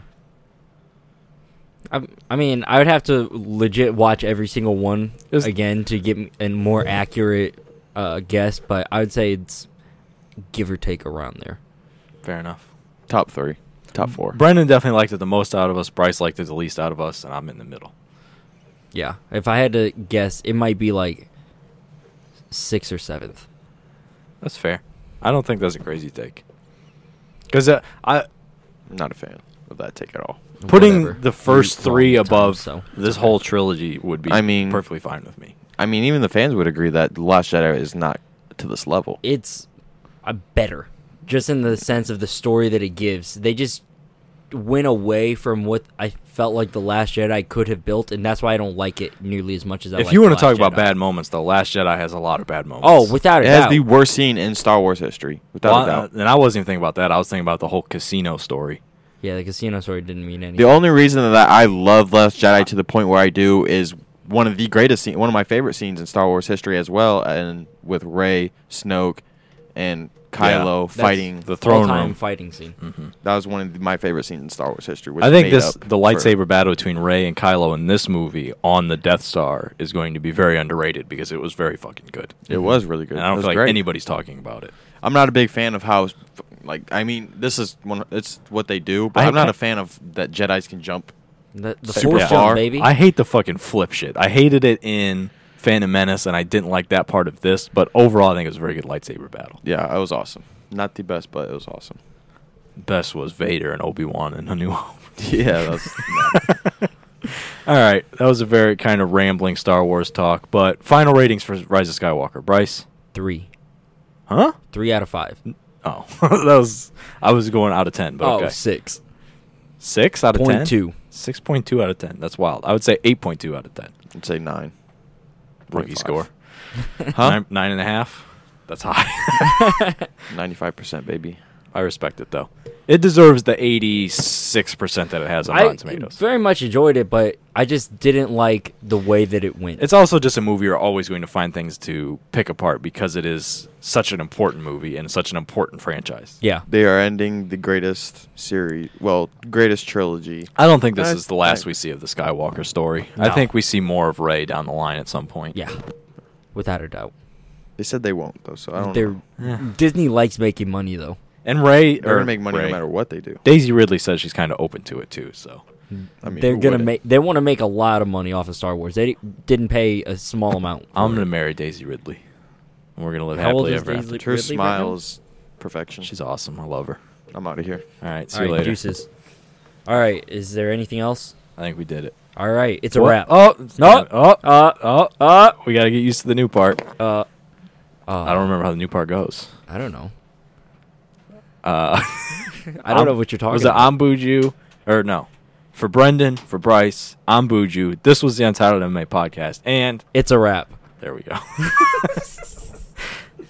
[SPEAKER 3] I, I mean, I would have to legit watch every single one
[SPEAKER 2] Is-
[SPEAKER 3] again to get m- a more accurate uh, guess, but I would say it's give or take around there.
[SPEAKER 2] Fair enough.
[SPEAKER 4] top three, top four.
[SPEAKER 2] Brendan definitely liked it the most out of us. Bryce liked it the least out of us, and I'm in the middle.
[SPEAKER 3] Yeah. If I had to guess, it might be like sixth or seventh.
[SPEAKER 2] That's fair. I don't think that's a crazy take. Because uh, I
[SPEAKER 4] Not a fan of that take at all.
[SPEAKER 2] putting
[SPEAKER 3] Whatever.
[SPEAKER 2] the first
[SPEAKER 3] We- well,
[SPEAKER 2] three
[SPEAKER 3] it's time,
[SPEAKER 2] above
[SPEAKER 3] so-
[SPEAKER 2] this whole trilogy would be
[SPEAKER 4] I mean-
[SPEAKER 2] perfectly fine with me.
[SPEAKER 4] I mean, even the fans would agree that The Last Jedi is not to this level.
[SPEAKER 3] it's uh, better just in the sense of the story that it gives they just went away from what i felt like the last jedi could have built and that's why i don't like it nearly as much as i
[SPEAKER 2] if
[SPEAKER 3] like
[SPEAKER 2] you
[SPEAKER 3] The
[SPEAKER 2] want to talk
[SPEAKER 3] Last
[SPEAKER 2] about
[SPEAKER 3] Jedi.
[SPEAKER 2] bad moments, though, Last Jedi has a lot of bad moments.
[SPEAKER 3] oh without a
[SPEAKER 4] It
[SPEAKER 3] doubt
[SPEAKER 4] has the worst scene in Star Wars history, without
[SPEAKER 2] Well,
[SPEAKER 4] a doubt.
[SPEAKER 2] uh, and I wasn't even thinking about that. I was thinking about the whole casino story.
[SPEAKER 3] yeah the casino story didn't mean anything
[SPEAKER 4] The only reason that I love Last Jedi to the point where I do is one of the greatest scene, one of my favorite scenes in Star Wars history as well, and with Ray, Snoke, and Kylo
[SPEAKER 3] That's
[SPEAKER 4] fighting.
[SPEAKER 2] The throne
[SPEAKER 3] all-time
[SPEAKER 2] room. Mm-hmm.
[SPEAKER 3] fighting scene
[SPEAKER 4] that was one of my favorite scenes in Star Wars history. which
[SPEAKER 2] I think
[SPEAKER 4] made
[SPEAKER 2] this
[SPEAKER 4] up
[SPEAKER 2] the
[SPEAKER 4] for-
[SPEAKER 2] lightsaber battle between Rey and Kylo in this movie on the Death Star is going to be very underrated because it was very fucking good.
[SPEAKER 4] It was really good.
[SPEAKER 2] And I don't
[SPEAKER 4] It was
[SPEAKER 2] feel like
[SPEAKER 4] great.
[SPEAKER 2] anybody's talking about it.
[SPEAKER 4] I'm not a big fan of how, like, I mean, this is one. It's what they do, but
[SPEAKER 2] I-
[SPEAKER 4] I, am not
[SPEAKER 2] I-
[SPEAKER 4] a fan of that Jedi's can jump.
[SPEAKER 3] the, the
[SPEAKER 4] Super
[SPEAKER 3] force jump,
[SPEAKER 4] far.
[SPEAKER 3] baby
[SPEAKER 2] I hate the fucking flip shit. I hated it in Phantom Menace and I didn't like that part of this, but overall I think it was a very good lightsaber battle.
[SPEAKER 4] Yeah, it was awesome. Not the best, but it was awesome.
[SPEAKER 2] Best was Vader and Obi Wan and A New [LAUGHS] Hope.
[SPEAKER 4] [LAUGHS] Yeah, that's
[SPEAKER 2] All right, that was a very kind of rambling Star Wars talk, but final ratings for Rise of Skywalker. Bryce,
[SPEAKER 3] three
[SPEAKER 2] huh?
[SPEAKER 3] three out of five
[SPEAKER 2] Oh, [LAUGHS] that was I was going out of ten, but
[SPEAKER 3] Oh,
[SPEAKER 2] okay,
[SPEAKER 3] six.
[SPEAKER 2] six out of
[SPEAKER 3] Point
[SPEAKER 2] ten.
[SPEAKER 3] two.
[SPEAKER 2] Six point two out of ten. That's wild. I would say eight point two out of ten.
[SPEAKER 4] I'd say nine.
[SPEAKER 2] Rookie
[SPEAKER 4] 25.
[SPEAKER 2] score,
[SPEAKER 4] Huh?
[SPEAKER 2] Nine, nine and a half. That's high.
[SPEAKER 4] Ninety-five percent, baby.
[SPEAKER 2] [LAUGHS] I respect it though. It deserves the eighty-six percent that it has on
[SPEAKER 3] [LAUGHS] I
[SPEAKER 2] Rotten Tomatoes.
[SPEAKER 3] very much enjoyed it, but I just didn't like the way that it went.
[SPEAKER 2] It's also just a movie you're always going to find things to pick apart because it is such an important movie and such an important franchise.
[SPEAKER 3] yeah,
[SPEAKER 4] They are ending the greatest series, well, greatest trilogy.
[SPEAKER 2] I don't think this
[SPEAKER 4] I-
[SPEAKER 2] is the last
[SPEAKER 4] I-
[SPEAKER 2] we see of the Skywalker story.
[SPEAKER 3] Uh, No.
[SPEAKER 2] I think we see more of Ray down the line at some point.
[SPEAKER 3] yeah, without a doubt.
[SPEAKER 4] They said they won't though, so I don't.
[SPEAKER 3] They're
[SPEAKER 4] know.
[SPEAKER 3] Disney likes making money though.
[SPEAKER 2] And Ray,
[SPEAKER 4] They're
[SPEAKER 2] or
[SPEAKER 4] gonna make money
[SPEAKER 2] Ray.
[SPEAKER 4] no matter what they do.
[SPEAKER 2] Daisy Ridley says she's kind of open to it too. So
[SPEAKER 4] I mean,
[SPEAKER 3] They're
[SPEAKER 4] who
[SPEAKER 3] gonna
[SPEAKER 4] wouldn't?
[SPEAKER 3] make. They want to make a lot of money off of Star Wars. They didn't pay a small amount. for
[SPEAKER 2] I'm
[SPEAKER 3] it.
[SPEAKER 2] gonna marry Daisy Ridley, and we're gonna live
[SPEAKER 3] How old
[SPEAKER 2] happily
[SPEAKER 3] is
[SPEAKER 2] ever
[SPEAKER 3] Daisy
[SPEAKER 2] after.
[SPEAKER 3] Ridley
[SPEAKER 4] Her
[SPEAKER 3] right now?
[SPEAKER 4] smiles perfection.
[SPEAKER 2] She's awesome. I love her.
[SPEAKER 4] I'm out of here.
[SPEAKER 2] All right, see
[SPEAKER 3] All
[SPEAKER 2] you
[SPEAKER 3] right,
[SPEAKER 2] later.
[SPEAKER 3] juices. All right, is there anything else?
[SPEAKER 2] I think we did it.
[SPEAKER 3] All right, it's a
[SPEAKER 2] What?
[SPEAKER 3] wrap.
[SPEAKER 2] Oh
[SPEAKER 3] No.
[SPEAKER 2] Oh
[SPEAKER 3] Uh,
[SPEAKER 2] oh
[SPEAKER 3] uh,
[SPEAKER 2] We gotta get used to the new part.
[SPEAKER 3] uh,
[SPEAKER 2] I don't remember how the new part goes.
[SPEAKER 3] I don't know.
[SPEAKER 2] Uh,
[SPEAKER 3] [LAUGHS] I don't know what you're talking
[SPEAKER 2] was it
[SPEAKER 3] about.
[SPEAKER 2] Ambuju or no? For Brendan, for Bryce, I'm Buju. This was the Untitled MMA podcast, and [LAUGHS]
[SPEAKER 3] It's a wrap.
[SPEAKER 2] there we go.